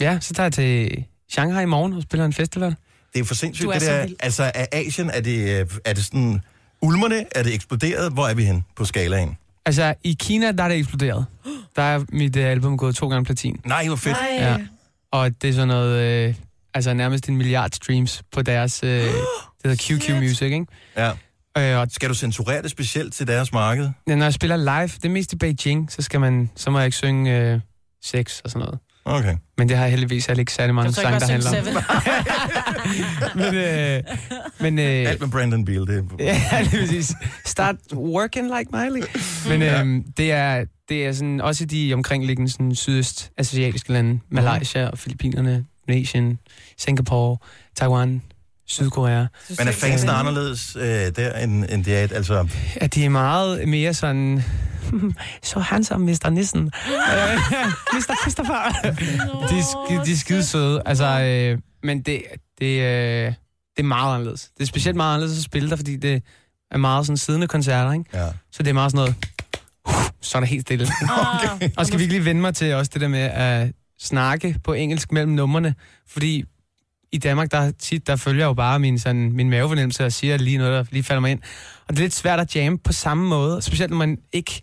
Ja, så tager jeg til Shanghai i morgen og spiller en festival. Det er for sindssygt, Du er det så der. vild. Altså, er Asien, er det, øh, er det sådan ulmerne? Er det eksploderet? Hvor er vi hen på skalaen? Altså, i Kina, der er det eksploderet. Der er mit øh, album gået to gange platin. Nej, hvor fedt. Ja. Og det er sådan noget, øh, altså nærmest en milliard streams på deres, øh, det hedder QQ Music, ikke? Ja. Øh, og Skal du censurere det specielt til deres marked? Ja, når jeg spiller live, det er mest i Beijing, så, skal man, så må jeg ikke synge øh, sex og sådan noget. Okay. Men det har jeg heldigvis heller ikke særlig mange Du tør ikke sange, der bare synge handler om. Seven. Men, øh, men øh, Alt med Brandon Beal, det er... ja, lige præcis. Start working like Miley. Men øh, det er, det er sådan, også i de omkringliggende sådan, sydøstasiatiske Mhm. lande, Malaysia og Filippinerne, Malaysia, Singapore, Taiwan, Sydkorea, Men er fansene anderledes øh, der, end, end det er? Altså, at de er meget mere sådan... "Hmm, Så handsome, Mr. Nissen. Øh, Mr. Christopher. de, er skide, de er skide søde. Altså, øh, men det, det, øh, det er meget anderledes. Det er specielt meget anderledes at spille der, fordi det er meget sådan siddende koncerter, ikke? ja. Så det er meget sådan noget... Så er der helt stille. Ah. Okay. Og skal virkelig vende mig til også det der med at snakke på engelsk mellem numrene, fordi i Danmark, der, er tit, der følger jeg jo bare min, sådan, min mavefornemmelse og siger lige noget, der lige falder mig ind. Og det er lidt svært at jamme på samme måde, specielt når man ikke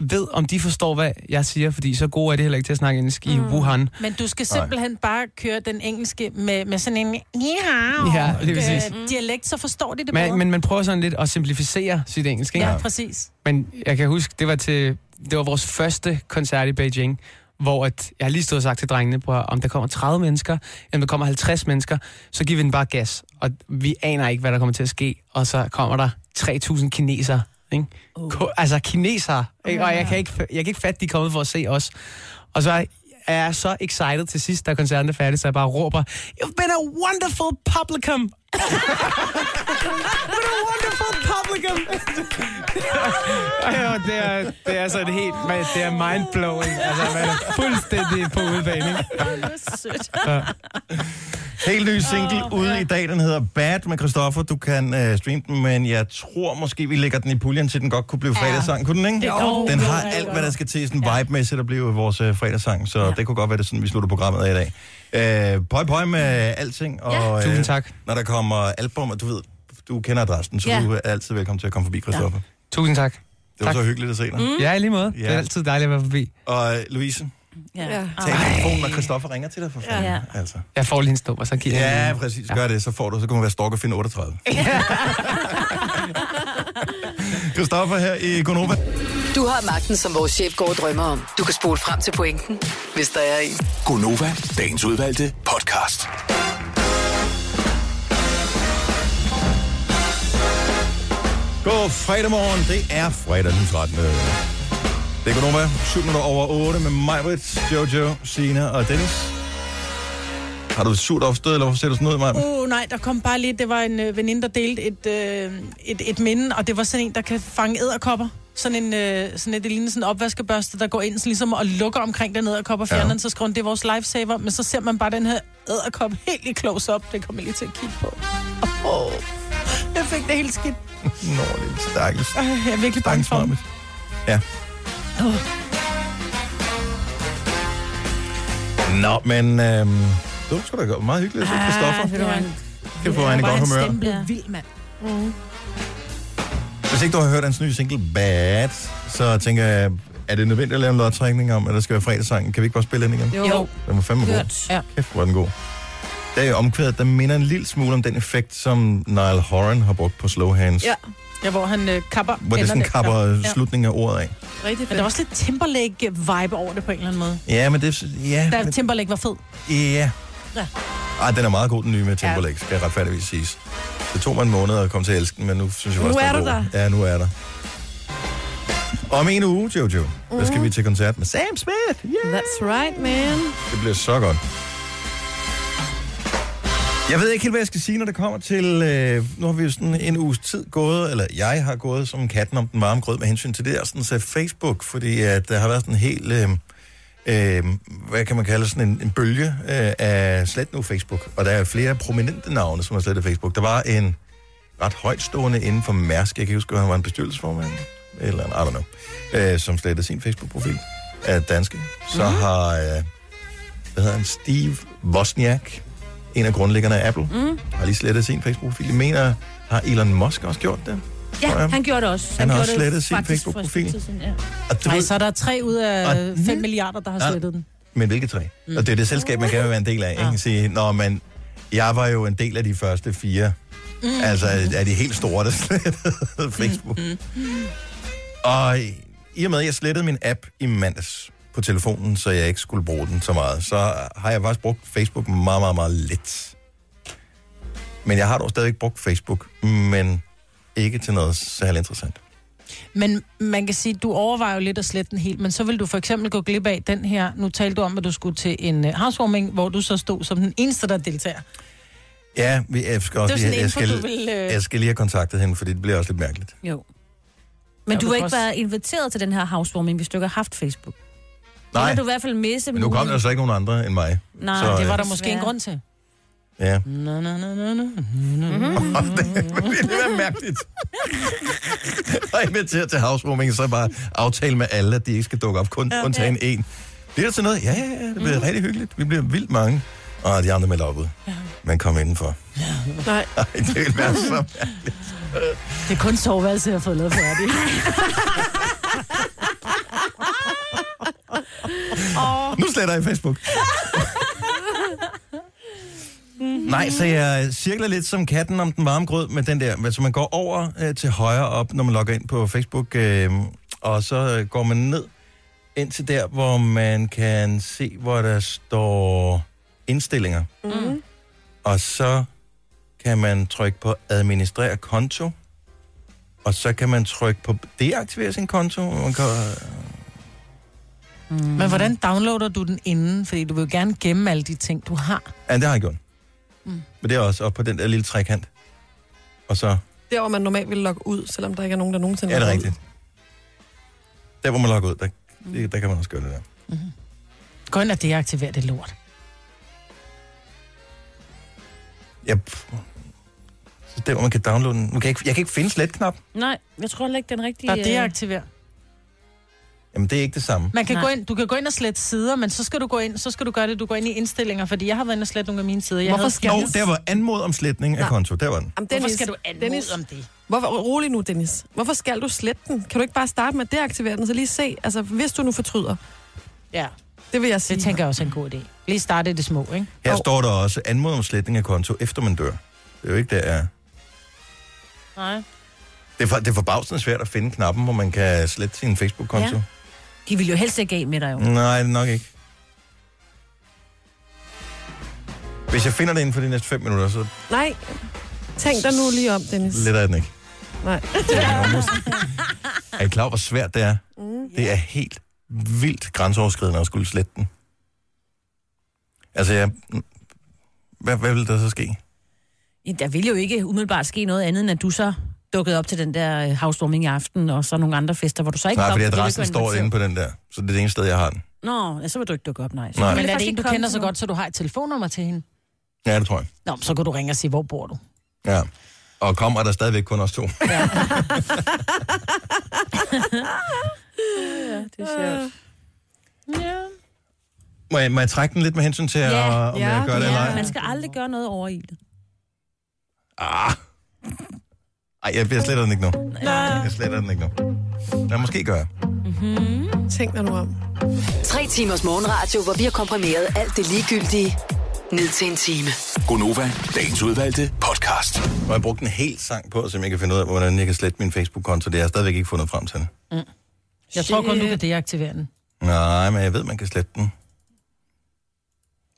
ved, om de forstår, hvad jeg siger, fordi så gode er det heller ikke til at snakke engelsk mm. i Wuhan. Men du skal simpelthen bare køre den engelske med, med sådan en ja, Ja, lige præcis. Øh, dialekt, så forstår de det bedre. Men, men man prøver sådan lidt at simplificere sit engelsk, ikke? ja, præcis. Men jeg kan huske, det var, til, det var vores første koncert i Beijing, hvor at, jeg har lige stod og sagt til drengene, på, om der kommer 30 mennesker, eller om der kommer 50 mennesker, så giver vi den bare gas. Og vi aner ikke, hvad der kommer til at ske. Og så kommer der 3.000 kinesere. Ikke? Oh. Altså kinesere. Ikke? Og jeg kan, ikke, jeg kan ikke fatte, de er kommet for at se os. Og så er jeg så excited til sidst, da koncerten er færdig, så jeg bare råber, You've been a wonderful publicum! What a wonderful publicum! Ej, og det, er, det er sådan helt... man- Det er mindblowing. Altså, man er fuldstændig på udbaning. Det er sødt. Helt ny single oh, ude i dag, den hedder Bad med Christoffer. Du kan øh, streame den, men jeg tror måske, vi lægger den i puljen, til den godt kunne blive fredagssang. Kunne den ikke? Det- jo, den jo, har det alt, hvad der skal til sådan vibe-mæssigt at blive vores øh, fredagssang, så det kunne godt være, det er sådan, vi slutter programmet af i dag. Øh, pøj, pøj med alting. Og, ja. Tusind tak. Når der kommer album, og du ved, du kender adressen, så Ja. ja. du er altid velkommen til at komme forbi, Christoffer. Ja. Tusind tak. Det var Tak. så hyggeligt at se dig. Mm. Ja, i lige måde. Det er altid dejligt at være forbi. Og øh, Louise, Ja. tag telefonen, når Christoffer ringer til dig for fanden. Ja. Altså. Jeg får lige en stop, og så giver jeg Ja, den. præcis. Gør det, så får du, så kommer være stalker finde 38. Christoffer her i Gonova. Du har magten, som vores chef går og drømmer om. Du kan spole frem til pointen, hvis der er en. Gonova, dagens udvalgte podcast. God fredag morgen. Det er fredag den 13. Det er Gonova. 7 minutter over 8 med Majbrit, Jojo, Sina og Dennis. Har du et surt opstød, eller hvorfor ser du sådan ud, Majbrit? Uh, nej, der kom bare lige, det var en øh, veninde, der delte et, øh, et, et minde, og det var sådan en, der kan fange æderkopper. Sådan en, øh, sådan et, det ligner sådan en opvaskebørste, der går ind sådan ligesom og lukker omkring den æderkop og fjerner Ja. ja. den, så skriver hun, det er vores lifesaver, men så ser man bare den her æderkop helt i close up. Det kommer jeg lige til at kigge på. Oh, jeg fik det helt skidt. Nå, lille stakkels. Øh, jeg er virkelig bange for dem. Ja. Åh. Nå, men øhm, det var sgu da godt. meget hyggeligt at se Christoffer. Kan få hende i godt humør. vild, mand. Mm. Hvis ikke du har hørt hans nye single, Bad, så tænker jeg, er det nødvendigt at lave en lodtrækning om, at der skal være fredagssangen? Kan vi ikke bare spille den igen? Jo. Jo. Den var fandme god. Hørt, ja. Kæft, hvor er den god. Der er jo omkvædet, der minder en lille smule om den effekt, som Niall Horan har brugt på Slow Hands. Ja. ja, hvor han øh, kapper. Hvor det ender sådan der. kapper slutningen af ordet af. Rigtig Men der er også lidt Timberlake-vibe over det på en eller anden måde. Ja, men det... Ja, Da men, Timberlake var fed. ja. Ja. Ej, den er meget god, den nye med Timberlake, skal jeg retfærdigvis siges. Det tog mig en måned at komme til at elske den, men nu synes jeg Nu også, den er du god. Ja, nu er der. Om en uge, Jojo, der Mhm. skal vi til koncert med Sam Smith. Yeah. That's right, man. Det bliver så godt. Jeg ved ikke helt, hvad jeg skal sige, når det kommer til... Øh, nu har vi jo sådan en uges tid gået, eller jeg har gået som katten om den varme grød med hensyn til det, og sådan så Facebook, fordi at der har været sådan en helt... Øh, øh, hvad kan man kalde sådan en, en bølge øh, af slet nu Facebook. Og der er flere prominente navne, som har slettet Facebook. Der var en ret højtstående inden for Mærsk, jeg kan ikke huske, om han var en bestyrelsesformand, eller en, I don't know, øh, som slettede sin Facebook-profil af danske. Så mm-hmm. har, øh, hvad hedder han, Steve Wozniak, en af grundlæggerne af Apple, Mm. har lige slettet sin Facebook-profil. Jeg mener, har Elon Musk også gjort det? Tror Ja, jeg. han gjorde det også. Han har gjorde også det slettet sin faktisk for et Facebook-profil. stykke tid siden, Ja. Og du Nej, ved- så er der tre ud af Og- 5 milliarder, der har Ja. slettet den. Men hvilke tre? Mm. Og det er det selskab, man gerne vil være en del af. Ikke? Sige, Nå, men jeg var jo en del af de første fire. Mm. Altså, af de helt store, der slettede Facebook. Mm. Og i og med, at jeg slettede min app i mandags på telefonen, så jeg ikke skulle bruge den så meget, så har jeg faktisk brugt Facebook meget, meget, meget lidt. Men jeg har dog stadig brugt Facebook, men ikke til noget særlig interessant. Men man kan sige, du overvejer jo lidt at slette den helt, men så vil du for eksempel gå glip af den her. Nu talte du om, at du skulle til en øh, housewarming, hvor du så stod som den eneste, der deltager. Ja, vi- jeg skal, Det er også sådan lige, en, jeg, for skal, du vil, øh, jeg skal lige have kontaktet hende, fordi det bliver også lidt mærkeligt. Jo. Men Ja, ja, du du har kan ikke også- været inviteret til den her housewarming, hvis du ikke har haft Facebook. Nej. Eller du i hvert fald misse Men nu kom der så ikke nogen andre end mig. Nej, så, Det var øh, der måske en grund til. Ja. Nå, nå, nå, nå, nå. Mhm. det er mærkeligt. Og inviteret til housewarming, så bare aftale med alle, at de ikke skal dukke op, kun Ja. ja, undtagen en. Bliver der til noget? Ja, ja, ja, det Mhm. bliver mm. rigtig hyggeligt. Vi bliver vildt mange. Og de andre melder op ud. Men kom indenfor. Nej. Ej, det vil være så mærkeligt. Det er kun soveværelset, jeg har fået lavet færdigt. Nu sletter jeg Facebook. Nej, så jeg cirkler lidt som katten om den varme grød med den der. Altså man går over øh, til højre op, når man logger ind på Facebook, øh, og så øh, går man ned ind til der, hvor man kan se, hvor der står indstillinger. Mm. Og så kan man trykke på administrere konto, og så kan man trykke på deaktivere sin konto. Man kan, Men hvordan downloader du den inden? Fordi du vil jo gerne gemme alle de ting, du har. ja, det har jeg gjort. Mm. Mm. Men det er også op på den der lille trekant. Og så Der, hvor man normalt ville logge ud, selvom der ikke er nogen, der nogensinde Ja, det er logger ud. rigtigt. Der, hvor man logger ud, der, det, der kan man også gøre det der. Gå ind og deaktiver det lort. Jeg, så der, hvor man kan downloade den. Man kan ikke, jeg kan ikke finde slet-knap. Nej, jeg tror heller ikke, den rigtige... Der er øh, deaktiver. Jamen, det er ikke det samme. Man kan Nej. gå ind, du kan gå ind og slette sider, men så skal du gå ind, så skal du gøre det, du går ind i indstillinger, fordi jeg har været inde og slette nogle af mine sider. Jeg Hvorfor havde- skal Nå, der var anmod om sletning af Nej. konto. Der var den. Jamen, Hvorfor skal du anmode om det? Hvorfor, rolig nu, Dennis. Hvorfor skal du slette den? Kan du ikke bare starte med at deaktivere den, så lige se, altså, hvis du nu fortryder? Ja. Det vil jeg sige. Det tænker jeg også er en god idé. Lige starte i det små, ikke? Her står der også anmod om sletning af konto, efter man dør. Det er jo ikke, der er... Nej. Det er, for, det er forbavsende svært at finde knappen, hvor man kan slette sin Facebook-konto. Ja. De vil jo helst ikke af med dig, jo. Mm. Ja. Nej, nok ikke. Hvis jeg finder det inden for de næste 5 minutter, så Nej, tænk dig nu lige om, Dennis. letter jeg den ikke. Nej. Er I klar over, hvor svært det er? Mm. Det er helt vildt grænseoverskridende at skulle slette den. Altså, jeg... Hvad, hvad vil der så ske? Der vil jo ikke umiddelbart ske noget andet, end at du så dukkede op til den der øh, housewarming i aften, og så nogle andre fester, hvor du så ikke Nej, kom, fordi du adressen ikke var står inde på den der. Så det er det eneste sted, jeg har den. inviteret. Nå, ja, så vil du ikke dukke op, nej. Så Nej. Men kan det Men er det faktisk en, du ikke komme kender til så nogen. godt, så du har et telefonnummer til hende? Ja, det tror jeg. Nå, men så kan du ringe og sige, hvor bor du? Ja. Og kommer der stadigvæk kun os to. Ja, det er sjovt. Må jeg, må jeg trække den lidt med hensyn til, ja, om ja, jeg gør det eller ej? Man skal aldrig gøre noget over i det. Ah. Ej, jeg, jeg sletter den ikke nu. Jeg sletter den ikke nu. Nej, måske gør jeg. Tænk dig nu om. Tre timers morgenradio, hvor vi har komprimeret alt det ligegyldige ned til en time. Gonova, dagens udvalgte podcast. Og jeg brugte en hel sang på, så jeg kan finde ud af, hvordan jeg kan slette min Facebook-konto. Det har jeg stadigvæk ikke fundet frem til. Jeg tror kun, Øh, du kan deaktivere den. Nej, men jeg ved, man kan slette den.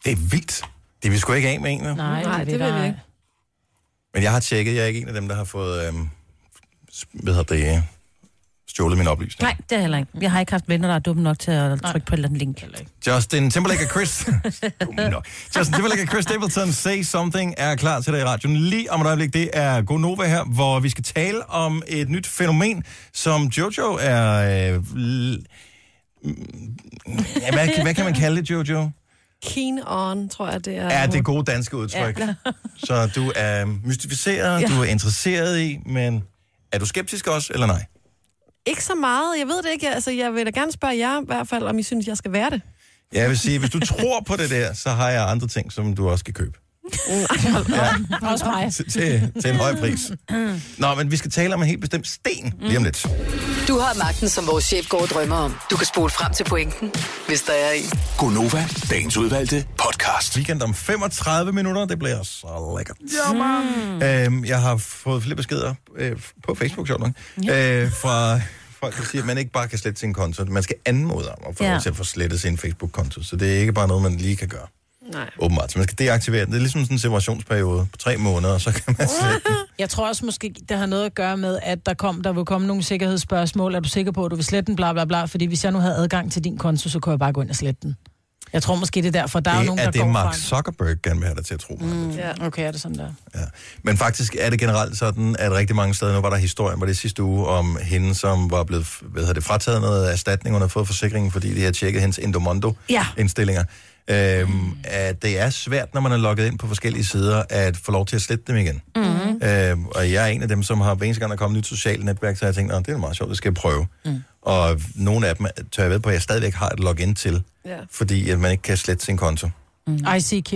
Det er vildt. Det er vi sgu ikke af med en, nu. Nej, Nej, det der vil vi er- ikke. Men jeg har tjekket, jeg er ikke en af dem, der har fået, øhm, s- hvad hedder det, øh, stjålet mine oplysninger. Nej, det er heller ikke. Jeg har ikke haft venner, der er dumme nok til at trykke på et eller andet link. Justin Timberlake og Chris... Dum nok. Justin Timberlake og Chris Stapleton, Say Something, er klar til dig i radioen. Lige om et øjeblik, det er Gonova her, hvor vi skal tale om et nyt fænomen, som Jojo er... Øh, l- ja, hvad, hvad kan man kalde det, Jojo? Keen on, tror jeg, det er. Er det gode danske udtryk. Ja. Så du er mystificeret, du er interesseret i, men er du skeptisk også, eller nej? Ikke så meget. Jeg ved det ikke. Jeg- Altså, jeg vil da gerne spørge jer i hvert fald, om I synes, jeg skal være det. Jeg vil sige, hvis du tror på det der, så har jeg andre ting, som du også kan købe. Også mig. til, til, til en høj pris. Nå, men vi skal tale om en helt bestemt sten lige Mm. om lidt. Du har magten, som vores chef går og drømmer om. Du kan spole frem til pointen, hvis der er en. Gonova, dagens udvalgte podcast. Weekend om 35 minutter, det bliver så lækkert. Ja, øhm, jeg har fået flere beskeder øh, på Facebook, sjovt nok, øh, fra folk, der siger, at man ikke bare kan slette sin konto. Man skal anmode om at få Ja. ja. til at få slettet sin Facebook-konto. Så det er ikke bare noget, man lige kan gøre. Nej. Åbenbart. Så man skal deaktivere den. Det er ligesom sådan en separationsperiode på tre måneder, og så kan man slette den. Jeg tror også måske, det har noget at gøre med, at der, kom, der vil komme nogle sikkerhedsspørgsmål. Er du sikker på, at du vil slette den? Bla, bla, bla. Fordi hvis jeg nu havde adgang til din konto, så kunne jeg bare gå ind og slette den. Jeg tror måske, det er derfor, der er jo Det nogen, er der det, går Mark fra Zuckerberg gerne vil have dig til at tro. Mm. en- Okay, er det sådan der? Ja. Men faktisk er det generelt sådan, at rigtig mange steder, nu var der historien, var det sidste uge, om hende, som var blevet hvad hedder det, frataget noget erstatning, hun havde fået forsikringen, fordi de havde tjekket hendes Endomondo-indstillinger. Ja. Øhm, at det er svært, når man er logget ind på forskellige sider, at få lov til at slette dem igen. Mm. Øhm, og jeg er en af dem, som har hver eneste gang, der kommer nyt socialt netværk, så har jeg tænkt, "Nå, det er da meget sjovt, det skal jeg prøve. Mm. Og nogle af dem tør jeg ved på, at jeg stadigvæk har et login til, Ja. fordi at man ikke kan slette sin konto. Mm. ICQ.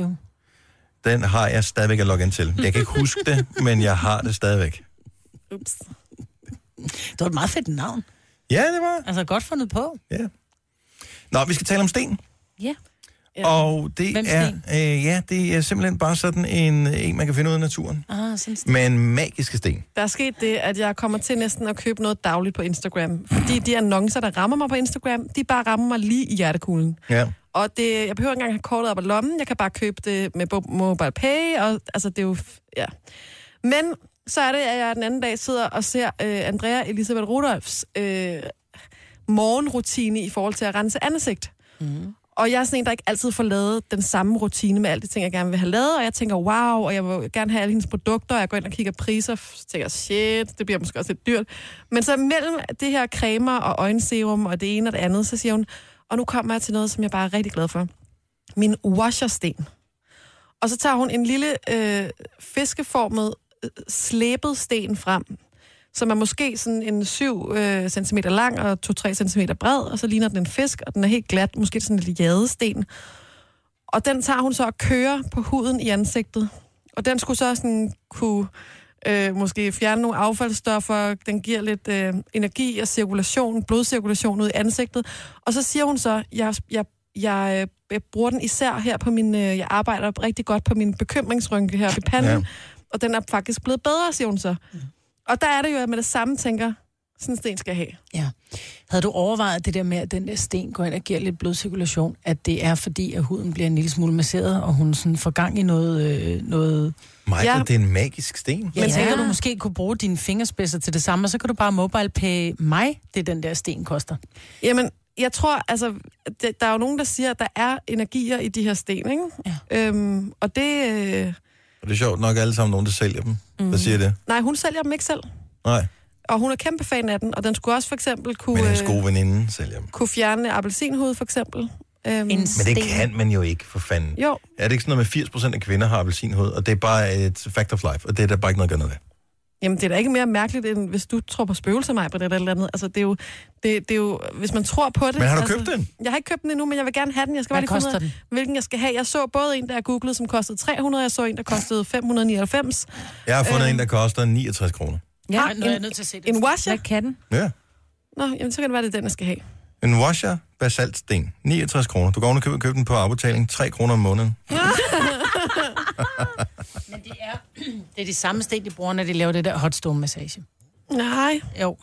Den har jeg stadigvæk at logge ind til. Jeg kan ikke huske det, men jeg har det stadigvæk. Ups. Det var et meget fedt navn. Ja, det var. Altså, godt fundet på. Ja. Nå, vi skal tale om sten. Ja. Ja. Og det Hvem er, sten? øh, ja, det er simpelthen bare sådan en, en, man kan finde ud af i naturen. Ah, sådan Men magiske sten. Der er sket det, at jeg kommer til næsten at købe noget dagligt på Instagram. Fordi de annoncer, der rammer mig på Instagram, de bare rammer mig lige i hjertekuglen. Ja. Og det, jeg behøver ikke engang have kortet op af lommen. Jeg kan bare købe det med bo- mobile pay. Og, altså, det er jo... f- Ja. Men så er det, at jeg den anden dag sidder og ser øh, Andrea Elisabeth Rudolfs øh, morgenrutine i forhold til at rense ansigt. Og jeg er sådan en, der ikke altid får lavet den samme rutine med alle de ting, jeg gerne vil have lavet. Og jeg tænker, wow, og jeg vil gerne have alle hendes produkter. Og jeg går ind og kigger priser, så tænker jeg, shit, det bliver måske også lidt dyrt. Men så mellem det her cremer og øjenserum og det ene og det andet, så siger hun, og nu kommer jeg til noget, som jeg bare er rigtig glad for. Min washersten. Og så tager hun en lille øh, fiskeformet øh, slæbet sten frem, som er måske sådan en 7 øh, cm lang og 2-3 cm bred, og så ligner den en fisk, og den er helt glat, måske sådan en lille jadesten. Og den tager hun så og kører på huden i ansigtet. Og den skulle så sådan kunne øh, måske fjerne nogle affaldsstoffer, den giver lidt øh, energi og cirkulation, blodcirkulation ud i ansigtet. Og så siger hun så, jeg, jeg, jeg, øh, jeg bruger den især her på min, øh, jeg arbejder rigtig godt på min bekymringsrynke her i panden, ja. og den er faktisk blevet bedre, siger hun så. Og der er det jo, at jeg med det samme tænker, sådan en sten skal jeg have. Ja. Havde du overvejet det der med, at den der sten går ind og giver lidt blodcirkulation, at det er fordi, at huden bliver en lille smule masseret, og hun sådan får gang i noget... Øh, noget... Michael, ja. det er en magisk sten. Ja, Men tænker du måske kunne bruge dine fingerspidser til det samme, og så kan du bare mobile pay mig, det den der sten koster. Jamen, jeg tror, altså, det, der er jo nogen, der siger, at der er energier i de her sten, ikke? Ja. Øhm, og det... Øh, Og det er sjovt nok alle sammen nogen, der sælger dem. Mm. Der siger det. nej, hun sælger dem ikke selv. Nej, Og hun er kæmpe fan af den, og den skulle også for eksempel kunne, men hans øh, gode veninde sælger dem. kunne fjerne appelsinhud, for eksempel. Øhm, en Men det kan man jo ikke, for fanden. Jo, Er det ikke sådan noget med, 80% af kvinder har appelsinhud, og det er bare et fact of life, og det er der bare ikke noget at gøre noget ved? Jamen, det er da ikke mere mærkeligt, end hvis du tror på spøgelser, mig, eller et eller andet. Altså, det er, jo, det, det er jo, hvis man tror på det... Men har du altså, købt den? Jeg har ikke købt den endnu, men jeg vil gerne have den. Jeg skal Hvad bare lige finde koster ud af, hvilken jeg skal have. Jeg så både en, der jeg googlede, som kostede 300, jeg så en, der kostede 599. Jeg har fundet øh... en, der koster 69 kroner. Ja, Ej, nu er jeg nødt til at se den. Ah, En washer? Hvad kan den? Ja. Nå, jamen, så kan det være, det er den, jeg skal have. En washer basaltsten. 69 kroner. Du går oven og købe, købe den på afbetaling. 3 kroner om måneden. Men det er, det er de samme sten, de bruger, når de laver det der hot stone massage. Nej. Jo.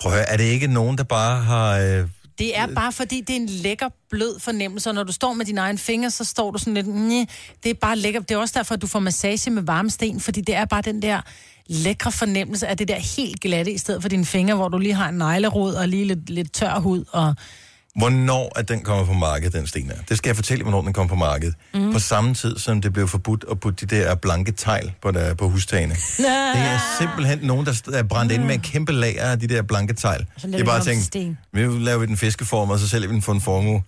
Prøv at høre, er det ikke nogen, der bare har... Øh... Det er bare fordi, det er en lækker, blød fornemmelse, og når du står med dine egne fingre, så står du sådan lidt, "Nye." det er bare lækker. Det er også derfor, at du får massage med varme sten, fordi det er bare den der lækre fornemmelse af det der helt glatte, i stedet for dine fingre, hvor du lige har en neglerod og lige lidt, lidt tør hud. Og... Hvornår at den kommer på markedet, den sten er. Det skal jeg fortælle, hvornår den kommer på markedet. Mhm. Mm. På samme tid, som det blev forbudt at putte de der blanke tegl på, der, på hustagene. Det er simpelthen nogen, der st- er brændt ind med et kæmpe lager af de der blanke tegl. laver Jeg vi bare om til tænkt, sten. nu laver vi den fiskeform, og så sælger vi den for en formue.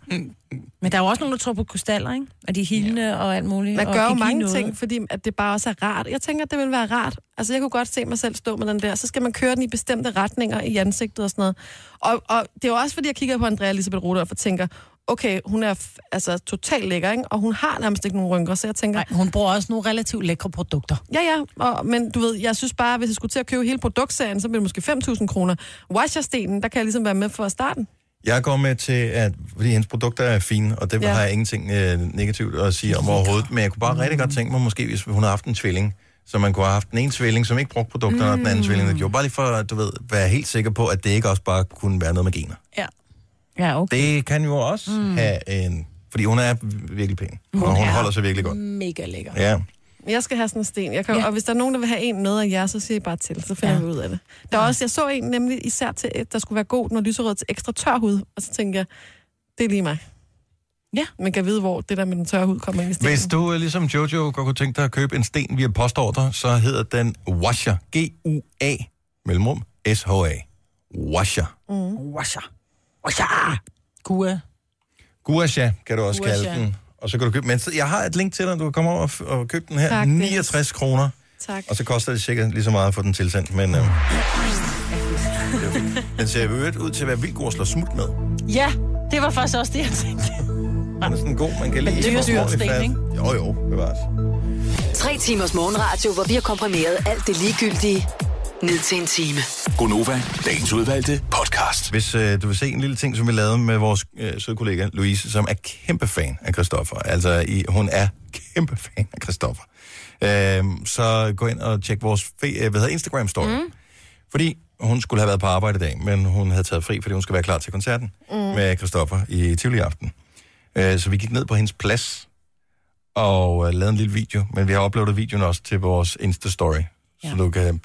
Men der er jo også nogen, der tror på krystaller, ikke? Og de er hilende ja. og alt muligt. Man og gør jo kan give mange noget. ting, fordi at det bare også er rart. Jeg tænker, at det vil være rart. Altså, jeg kunne godt se mig selv stå med den der. Så skal man køre den i bestemte retninger i ansigtet og sådan noget. Og, og det er jo også, fordi jeg kigger på Andrea Elisabeth Rudolf og tænker, okay, hun er f- altså, totalt lækker, ikke? og hun har nærmest ikke nogen rynker, så jeg tænker... Nej, hun bruger også nogle relativt lækre produkter. Ja, ja, og, men du ved, jeg synes bare, hvis jeg skulle til at købe hele produktserien, så bliver det måske 5.000 kroner. Washerstenen, der kan jeg ligesom være med for at starte. Jeg går med til, at fordi hendes produkter er fine, og det Ja. ja. har jeg ingenting øh, negativt at sige om overhovedet, men jeg kunne bare mm. rigtig godt tænke mig, måske hvis hun havde haft en tvilling, så man kunne have haft den ene tvilling, som ikke brugte produkterne, mm. og den anden tvilling, der gjorde. Bare lige for at du ved, være helt sikker på, at det ikke også bare kunne være noget med gener. Ja. Ja, okay. Det kan jo også mm. have en... Fordi hun er virkelig pæn, hun Mm. og hun er holder sig virkelig godt. Mega lækker. Ja. Jeg skal have sådan en sten. Jeg kan, ja. Og hvis der er nogen, der vil have en med af jer, så siger I bare til, så finder ja. vi ud af det. Der er også, jeg så en nemlig især til, et, der skulle være god, når lyserød til ekstra tør hud, og så tænkte jeg, det er lige mig. Ja. Man kan vide, hvor det der med den tørre hud kommer ind i stenen. Hvis du, øh, ligesom Jojo, godt kunne tænke dig at købe en sten via postordre, så hedder den Washer. G-U-A, mellemrum, S-H-A. Washer. Mm. Washer. Washer. Gua. Guasha kan du også Guasha. kalde den. Og så kan du købe Men jeg har et link til dig, du kan komme over og, f- og købe den her. Tak, Tak, Dennis. 69 kroner. Tak. Og så koster det sikkert lige så meget at få den tilsendt, men øh, den ser i øvrigt ud til at være vildt god at slå smut med. Ja, det var faktisk også det, jeg tænkte. Den er sådan god, man kan Men lige... det er jo få den dyrt ordentligt sten, fast. ikke? Jo, jo, bevares. Tre timers morgenradio, hvor vi har komprimeret alt det ligegyldige ned til en time. Gonova, dagens udvalgte podcast. Hvis øh, du vil se en lille ting, som vi lavede med vores øh, søde kollega Louise, som er kæmpe fan af Christoffer. Altså, i, hun er kæmpe fan af Christoffer. Øh, så gå ind og tjek vores fe, øh, hvad hedder Instagram-story. Mm. Fordi hun skulle have været på arbejde i dag, men hun havde taget fri, fordi hun skulle være klar til koncerten mm. med Christoffer i Tivoli i aften. Øh, så vi gik ned på hendes plads og øh, lavede en lille video, men vi har uploadet videoen også til vores Insta-story. Ja. Så du kan...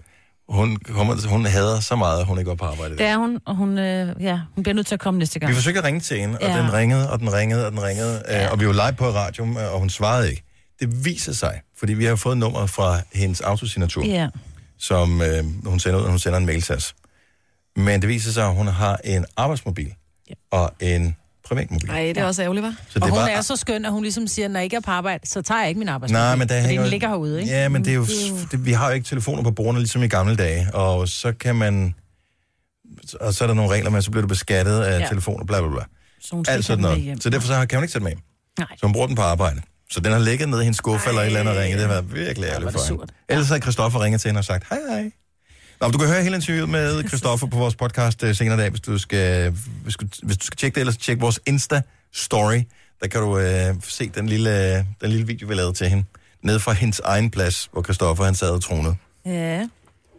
Hun, kommer, hun hader så meget, at hun ikke var på arbejde. i dag. Det er hun, og hun, øh, ja, hun bliver nødt til at komme næste gang. Vi forsøgte at ringe til hende, og Ja. ja. den ringede, og den ringede, og den ringede, ja. og vi var live på radioen, øh, og hun svarede ikke. Det viser sig, fordi vi har fået nummeret fra hendes autosignatur, Ja. som øh, hun sender ud, og hun sender en mail til os. Men det viser sig, at hun har en arbejdsmobil ja. og en privatmobil. Nej, det er også ærgerligt, hva'? Så og det hun var- er så skøn, at hun ligesom siger, når jeg ikke er på arbejde, så tager jeg ikke min arbejdsmobil. Nej, men der fordi hænger... den ligger herude, ikke? Ja, men det er jo, det, vi har jo ikke telefoner på bordene, ligesom i gamle dage. Og så kan man... Og så er der nogle regler med, at så bliver du beskattet af Ja. ja. telefoner, bla bla bla. Så hun skal Alt ikke have sådan den med altså hjem. noget. Så derfor så har- kan hun ikke sætte med hjem. Nej. Så hun bruger den på arbejde. Så den har ligget nede i hendes skuffe eller et eller andet ringet. Det har været virkelig ærgerligt for hende. Ellers havde Christoffer ringet til hende og sagt, hej hej. Nå, men du kan høre hele interviewet med Christoffer på vores podcast øh, senere i dag, hvis du skal, hvis du, hvis du skal tjekke det, eller tjek vores Insta-story. Der kan du øh, se den lille, øh, den lille video, vi lavede til hende. Ned fra hendes egen plads, hvor Christoffer han sad og tronede. Ja. Vi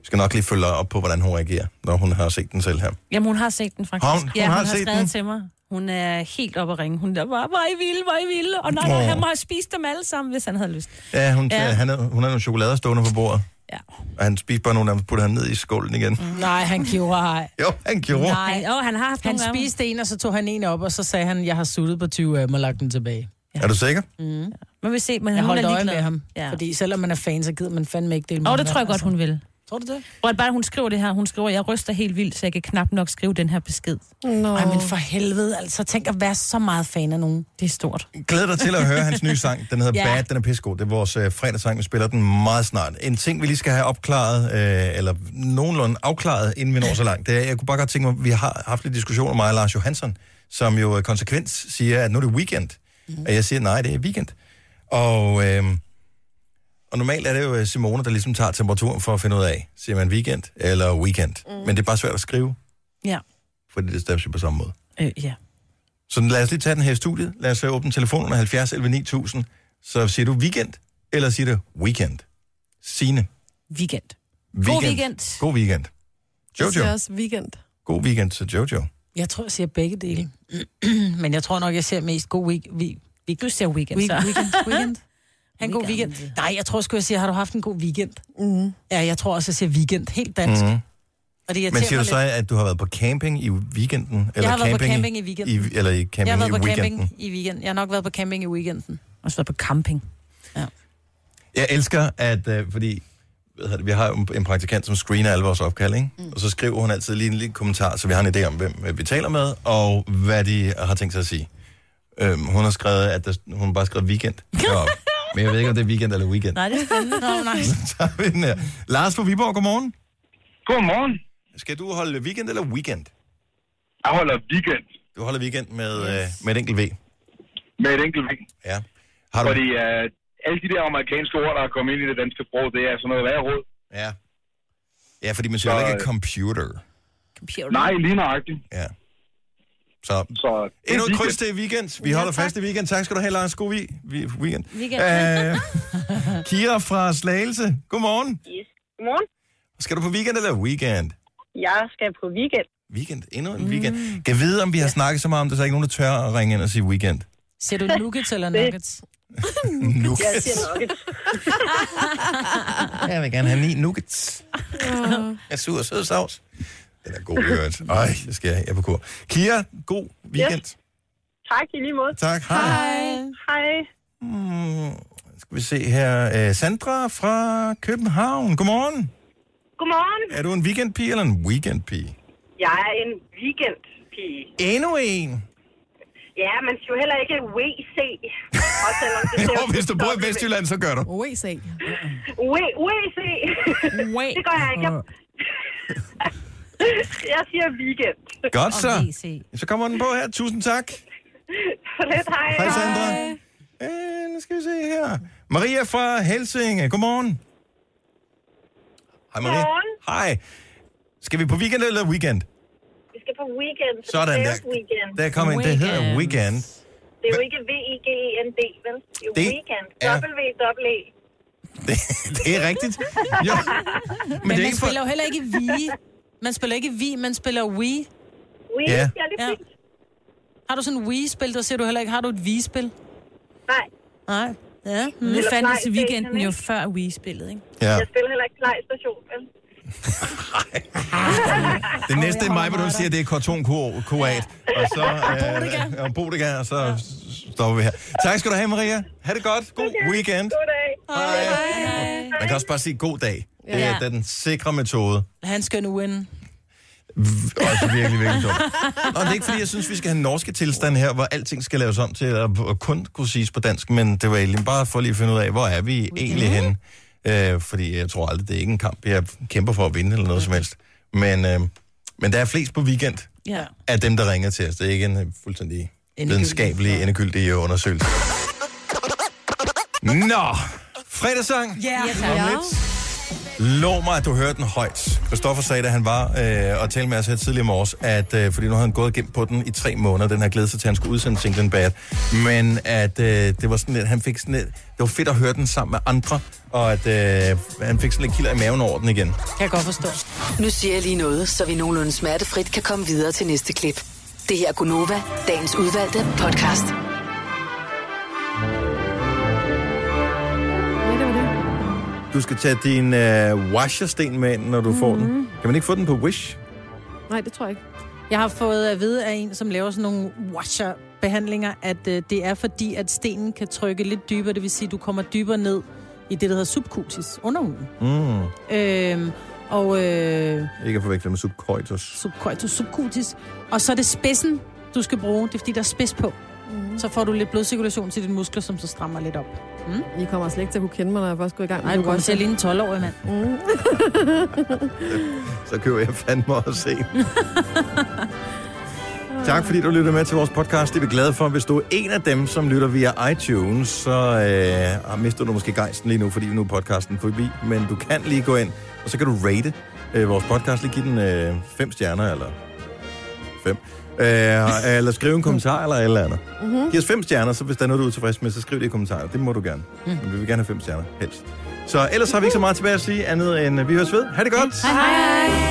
skal nok lige følge op på, hvordan hun reagerer, når hun har set den selv her. Jamen, hun har set den faktisk. Har hun? Hun ja, hun har har, set skrevet den? til mig. Hun er helt oppe at ringe. Hun der bare, hvor er I vilde, hvor er I vilde. Og nej, nej, Åh. han må have spist dem alle sammen, hvis han havde lyst. Ja, hun, Ja. ja. Han, havde- hun havde nogle chokolader stående på bordet. Ja. Og han spiste bare nogle af dem, puttede han ned i skålen igen. Mm. Nej, han gjorde ej. Jo, han gjorde. Nej, oh, han har haft han nogle af dem. spiste en, og så tog han en op, og så sagde han, jeg har suttet på 20 af dem og lagt den tilbage. Er du sikker? Mm. Man vil se, men jeg hun holdt er øje ligeglad. med ham. Ja. Ja. Fordi selvom man er fan, så gider man fandme ikke dele Og oh, det med tror jeg godt, hun vil. Tror du det? Og at bare hun skriver det her, hun skriver, jeg ryster helt vildt, så jeg kan knap nok skrive den her besked. Nå. Ej, men for helvede, altså. Tænk at være så meget fan af nogen. Det er stort. Glæder dig til at høre hans nye sang. Den hedder Ja. ja. Bad, den er pissegod. Det er vores øh, fredagssang, vi spiller den meget snart. En ting, vi lige skal have opklaret, øh, eller nogenlunde afklaret, inden vi når så langt, det er, jeg kunne bare godt tænke mig, vi har haft lidt diskussion om mig og Lars Johansson, som jo øh, konsekvent siger, at nu er det weekend. Mm. Og jeg siger, nej, det er weekend. Og, øh, og normalt er det jo øh, Simone, der ligesom tager temperaturen for at finde ud af, siger man weekend eller weekend. Mm. Men det er bare svært at skrive, Ja. fordi det staves jo på samme måde. Øh, ja. Så lad os lige tage den her i studiet. Lad os øh, åbne telefonen 70 11 9000. Så siger du weekend, eller siger du weekend? Sine. Weekend. weekend. God weekend. God weekend. Jeg siger Jojo. også weekend. God weekend til Jojo. Jeg tror, jeg siger begge dele. men jeg tror nok, jeg ser mest god week, week, week. Du ser weekend, week, så. weekend, weekend. Ha' en god weekend. Nej, jeg tror sgu, jeg siger, har du haft en god weekend? Mm. Ja, jeg tror også, jeg siger weekend. Helt dansk. Mm. Mhm. Og det Men siger du så, at du har været på camping i weekenden? Eller har været på i- camping i weekenden. I, eller i jeg har camping været i på weekenden? camping i weekenden. Jeg har nok været på camping i weekenden. Også været på camping. Jeg elsker, at øh, fordi hvad hedder det, vi har jo en- en praktikant, som screener alle vores opkald, ikke? Mm. og så skriver hun altid lige en lille kommentar, så vi har en idé om, hvem øh, vi taler med, og hvad de har tænkt sig at sige. Øhm, hun har skrevet, at der, hun har bare skrevet weekend. Derop. Men jeg ved ikke, om det er weekend eller weekend. Nej, det er spændende. Nå, nej. Så tager vi den her. Lars fra Viborg, godmorgen. Godmorgen. Skal du holde weekend eller weekend? Jeg holder weekend Du holder weekend med, yes. øh, med et enkelt V. med et enkelt væk. Ja. Har du... Fordi uh, alle de der amerikanske ord, der er kommet ind i det danske sprog, det er sådan noget værre råd. Ja. Ja, fordi man siger jo Så, øh, ikke computer. Computer. Nej, lige nøjagtigt. Ja. Så, så Endnu et kryds til weekend. Vi holder fast i weekend. Tak skal du have, Lars. God vi- vi- weekend. Weekend. Øh, Kira fra Slagelse. Godmorgen. Yes. Godmorgen. Skal du på weekend eller weekend? Jeg skal på weekend. Weekend. Endnu en weekend. Kan vide, om vi har snakket så meget om det, så er ikke nogen, der tør at ringe ind og sige weekend. Ser du nuggets eller nuggets? Nuggets. Jeg siger nuggets. Jeg vil gerne have ni nuggets. Jeg suger sød sovs. Den er god, i øvrigt. Ej, det skal jeg. Jeg er på kur. Kira, god weekend. Yes. tak i lige måde. Tak. Hej. Hej. Hmm, skal vi se her. Øh, Sandra fra København. Godmorgen. Godmorgen. Er du en weekendpige eller en weekendpige? Jeg er en weekendpige. Endnu en. Ja, man siger jo heller ikke WC. Også selvom det ser Jo, hvis du bor i Vestjylland, så gør du. OEC. WC. det gør jeg ikke. Jeg- Jeg siger weekend. Godt så. Så kommer den på her. Tusind tak. Lidt hej. Hej, Sandra. Øh, nu skal vi se her. Maria fra Helsinge. Godmorgen. Hej, Maria. Godmorgen. Hej. Skal vi på weekend eller weekend? Vi skal på weekend. så Sådan det er der. Weekend. Der kommer ind. Det hedder weekend. Det er jo ikke V-I-G-E-N-D, E vel? Det er jo Det weekend. E. er- W-W-E. Det, det er rigtigt. Jo. Men, det men er man ikke for- spiller jo heller ikke vi. Man spiller ikke vi, man spiller we. We, Ja. ja, det er fint. Har du sådan en we-spil, der ser du heller ikke, har du et vi-spil? Nej. Nej. Ja. Nu Eller fandtes PlayStation, weekenden jo ikke? før Wii-spillet, ikke? Ja. Jeg spiller heller ikke PlayStation, vel? Det næste er mig, hvor du siger, det er korton koat. Og så... Øh, og Bodega. Og så stopper vi her. Tak skal du have, Maria. Ha' det godt. God weekend. Goddag. Hej. Man kan også bare sige god dag. Det Ja. er den sikre metode. Han skal nu win. V- Også virkelig, virkelig dumt. Og det er ikke, fordi jeg synes, vi skal have norske tilstand her, hvor alting skal laves om til at at kun kunne siges på dansk, men det var egentlig bare for lige at finde ud af, hvor er vi egentlig henne? Øh, fordi jeg tror aldrig, det er ikke en kamp, jeg kæmper for at vinde eller noget som helst. Men, øh, men der er flest på weekend Ja. af dem, der ringer til os. Det er ikke en øh, fuldstændig videnskabelig, endegyldig øh, undersøgelse. Nå, fredagssang. Ja, Om lidt. Lov mig, at du hørte den højt. Christoffer sagde, da han var øh, og talte med os her tidligere i morges, at øh, fordi nu havde han gået og gemt på den i tre måneder, den har glædet sig til, at han skulle udsende singlen bad, men at øh, det var sådan lidt, han fik sådan lidt, det var fedt at høre den sammen med andre, og at øh, han fik sådan lidt kilder i maven over den igen. Kan jeg godt forstå. Nu siger jeg lige noget, så vi nogenlunde smertefrit kan komme videre til næste klip. Det her er Gunova, dagens udvalgte podcast. Du skal tage din øh, washersten med ind, når du mm-hmm. får den. Kan man ikke få den på Wish? Nej, det tror jeg ikke. Jeg har fået at vide af en, som laver sådan nogle washer-behandlinger, at øh, det er fordi, at stenen kan trykke lidt dybere. Det vil sige, at du kommer dybere ned i det, der hedder subcutis, underhuden. Mm. Øhm, og øh, Ikke at forveksle med subcoitus. subcoitus, subcutis. Og så er det spidsen, du skal bruge. Det er fordi, der er spids på. Mm. Så får du lidt blodcirkulation til dine muskler, som så strammer lidt op. Mm? I kommer slet ikke til at kunne kende mig, når jeg først går i gang med Nej, du kommer til at ligne en 12-årig mand. Mm. Så køber jeg fandme også en. Tak fordi du lytter med til vores podcast. Det er vi glade for. Hvis du er en af dem, som lytter via iTunes, så øh, ah, mister du måske gejsten lige nu, fordi nu er podcasten forbi. Men du kan lige gå ind, og så kan du rate øh, vores podcast. Lige give den øh, fem stjerner, eller fem. Øh, eller skrive en kommentar, eller et eller andet. Mhm. Giv os fem stjerner, så hvis der er noget, du er tilfreds med, så skriv det i kommentarer. Det må du gerne. Mhm. Men vi vil gerne have fem stjerner, helst. Så ellers har vi ikke så meget tilbage at sige andet end, øh, vi høres ved. Ha' det godt! Hej hej!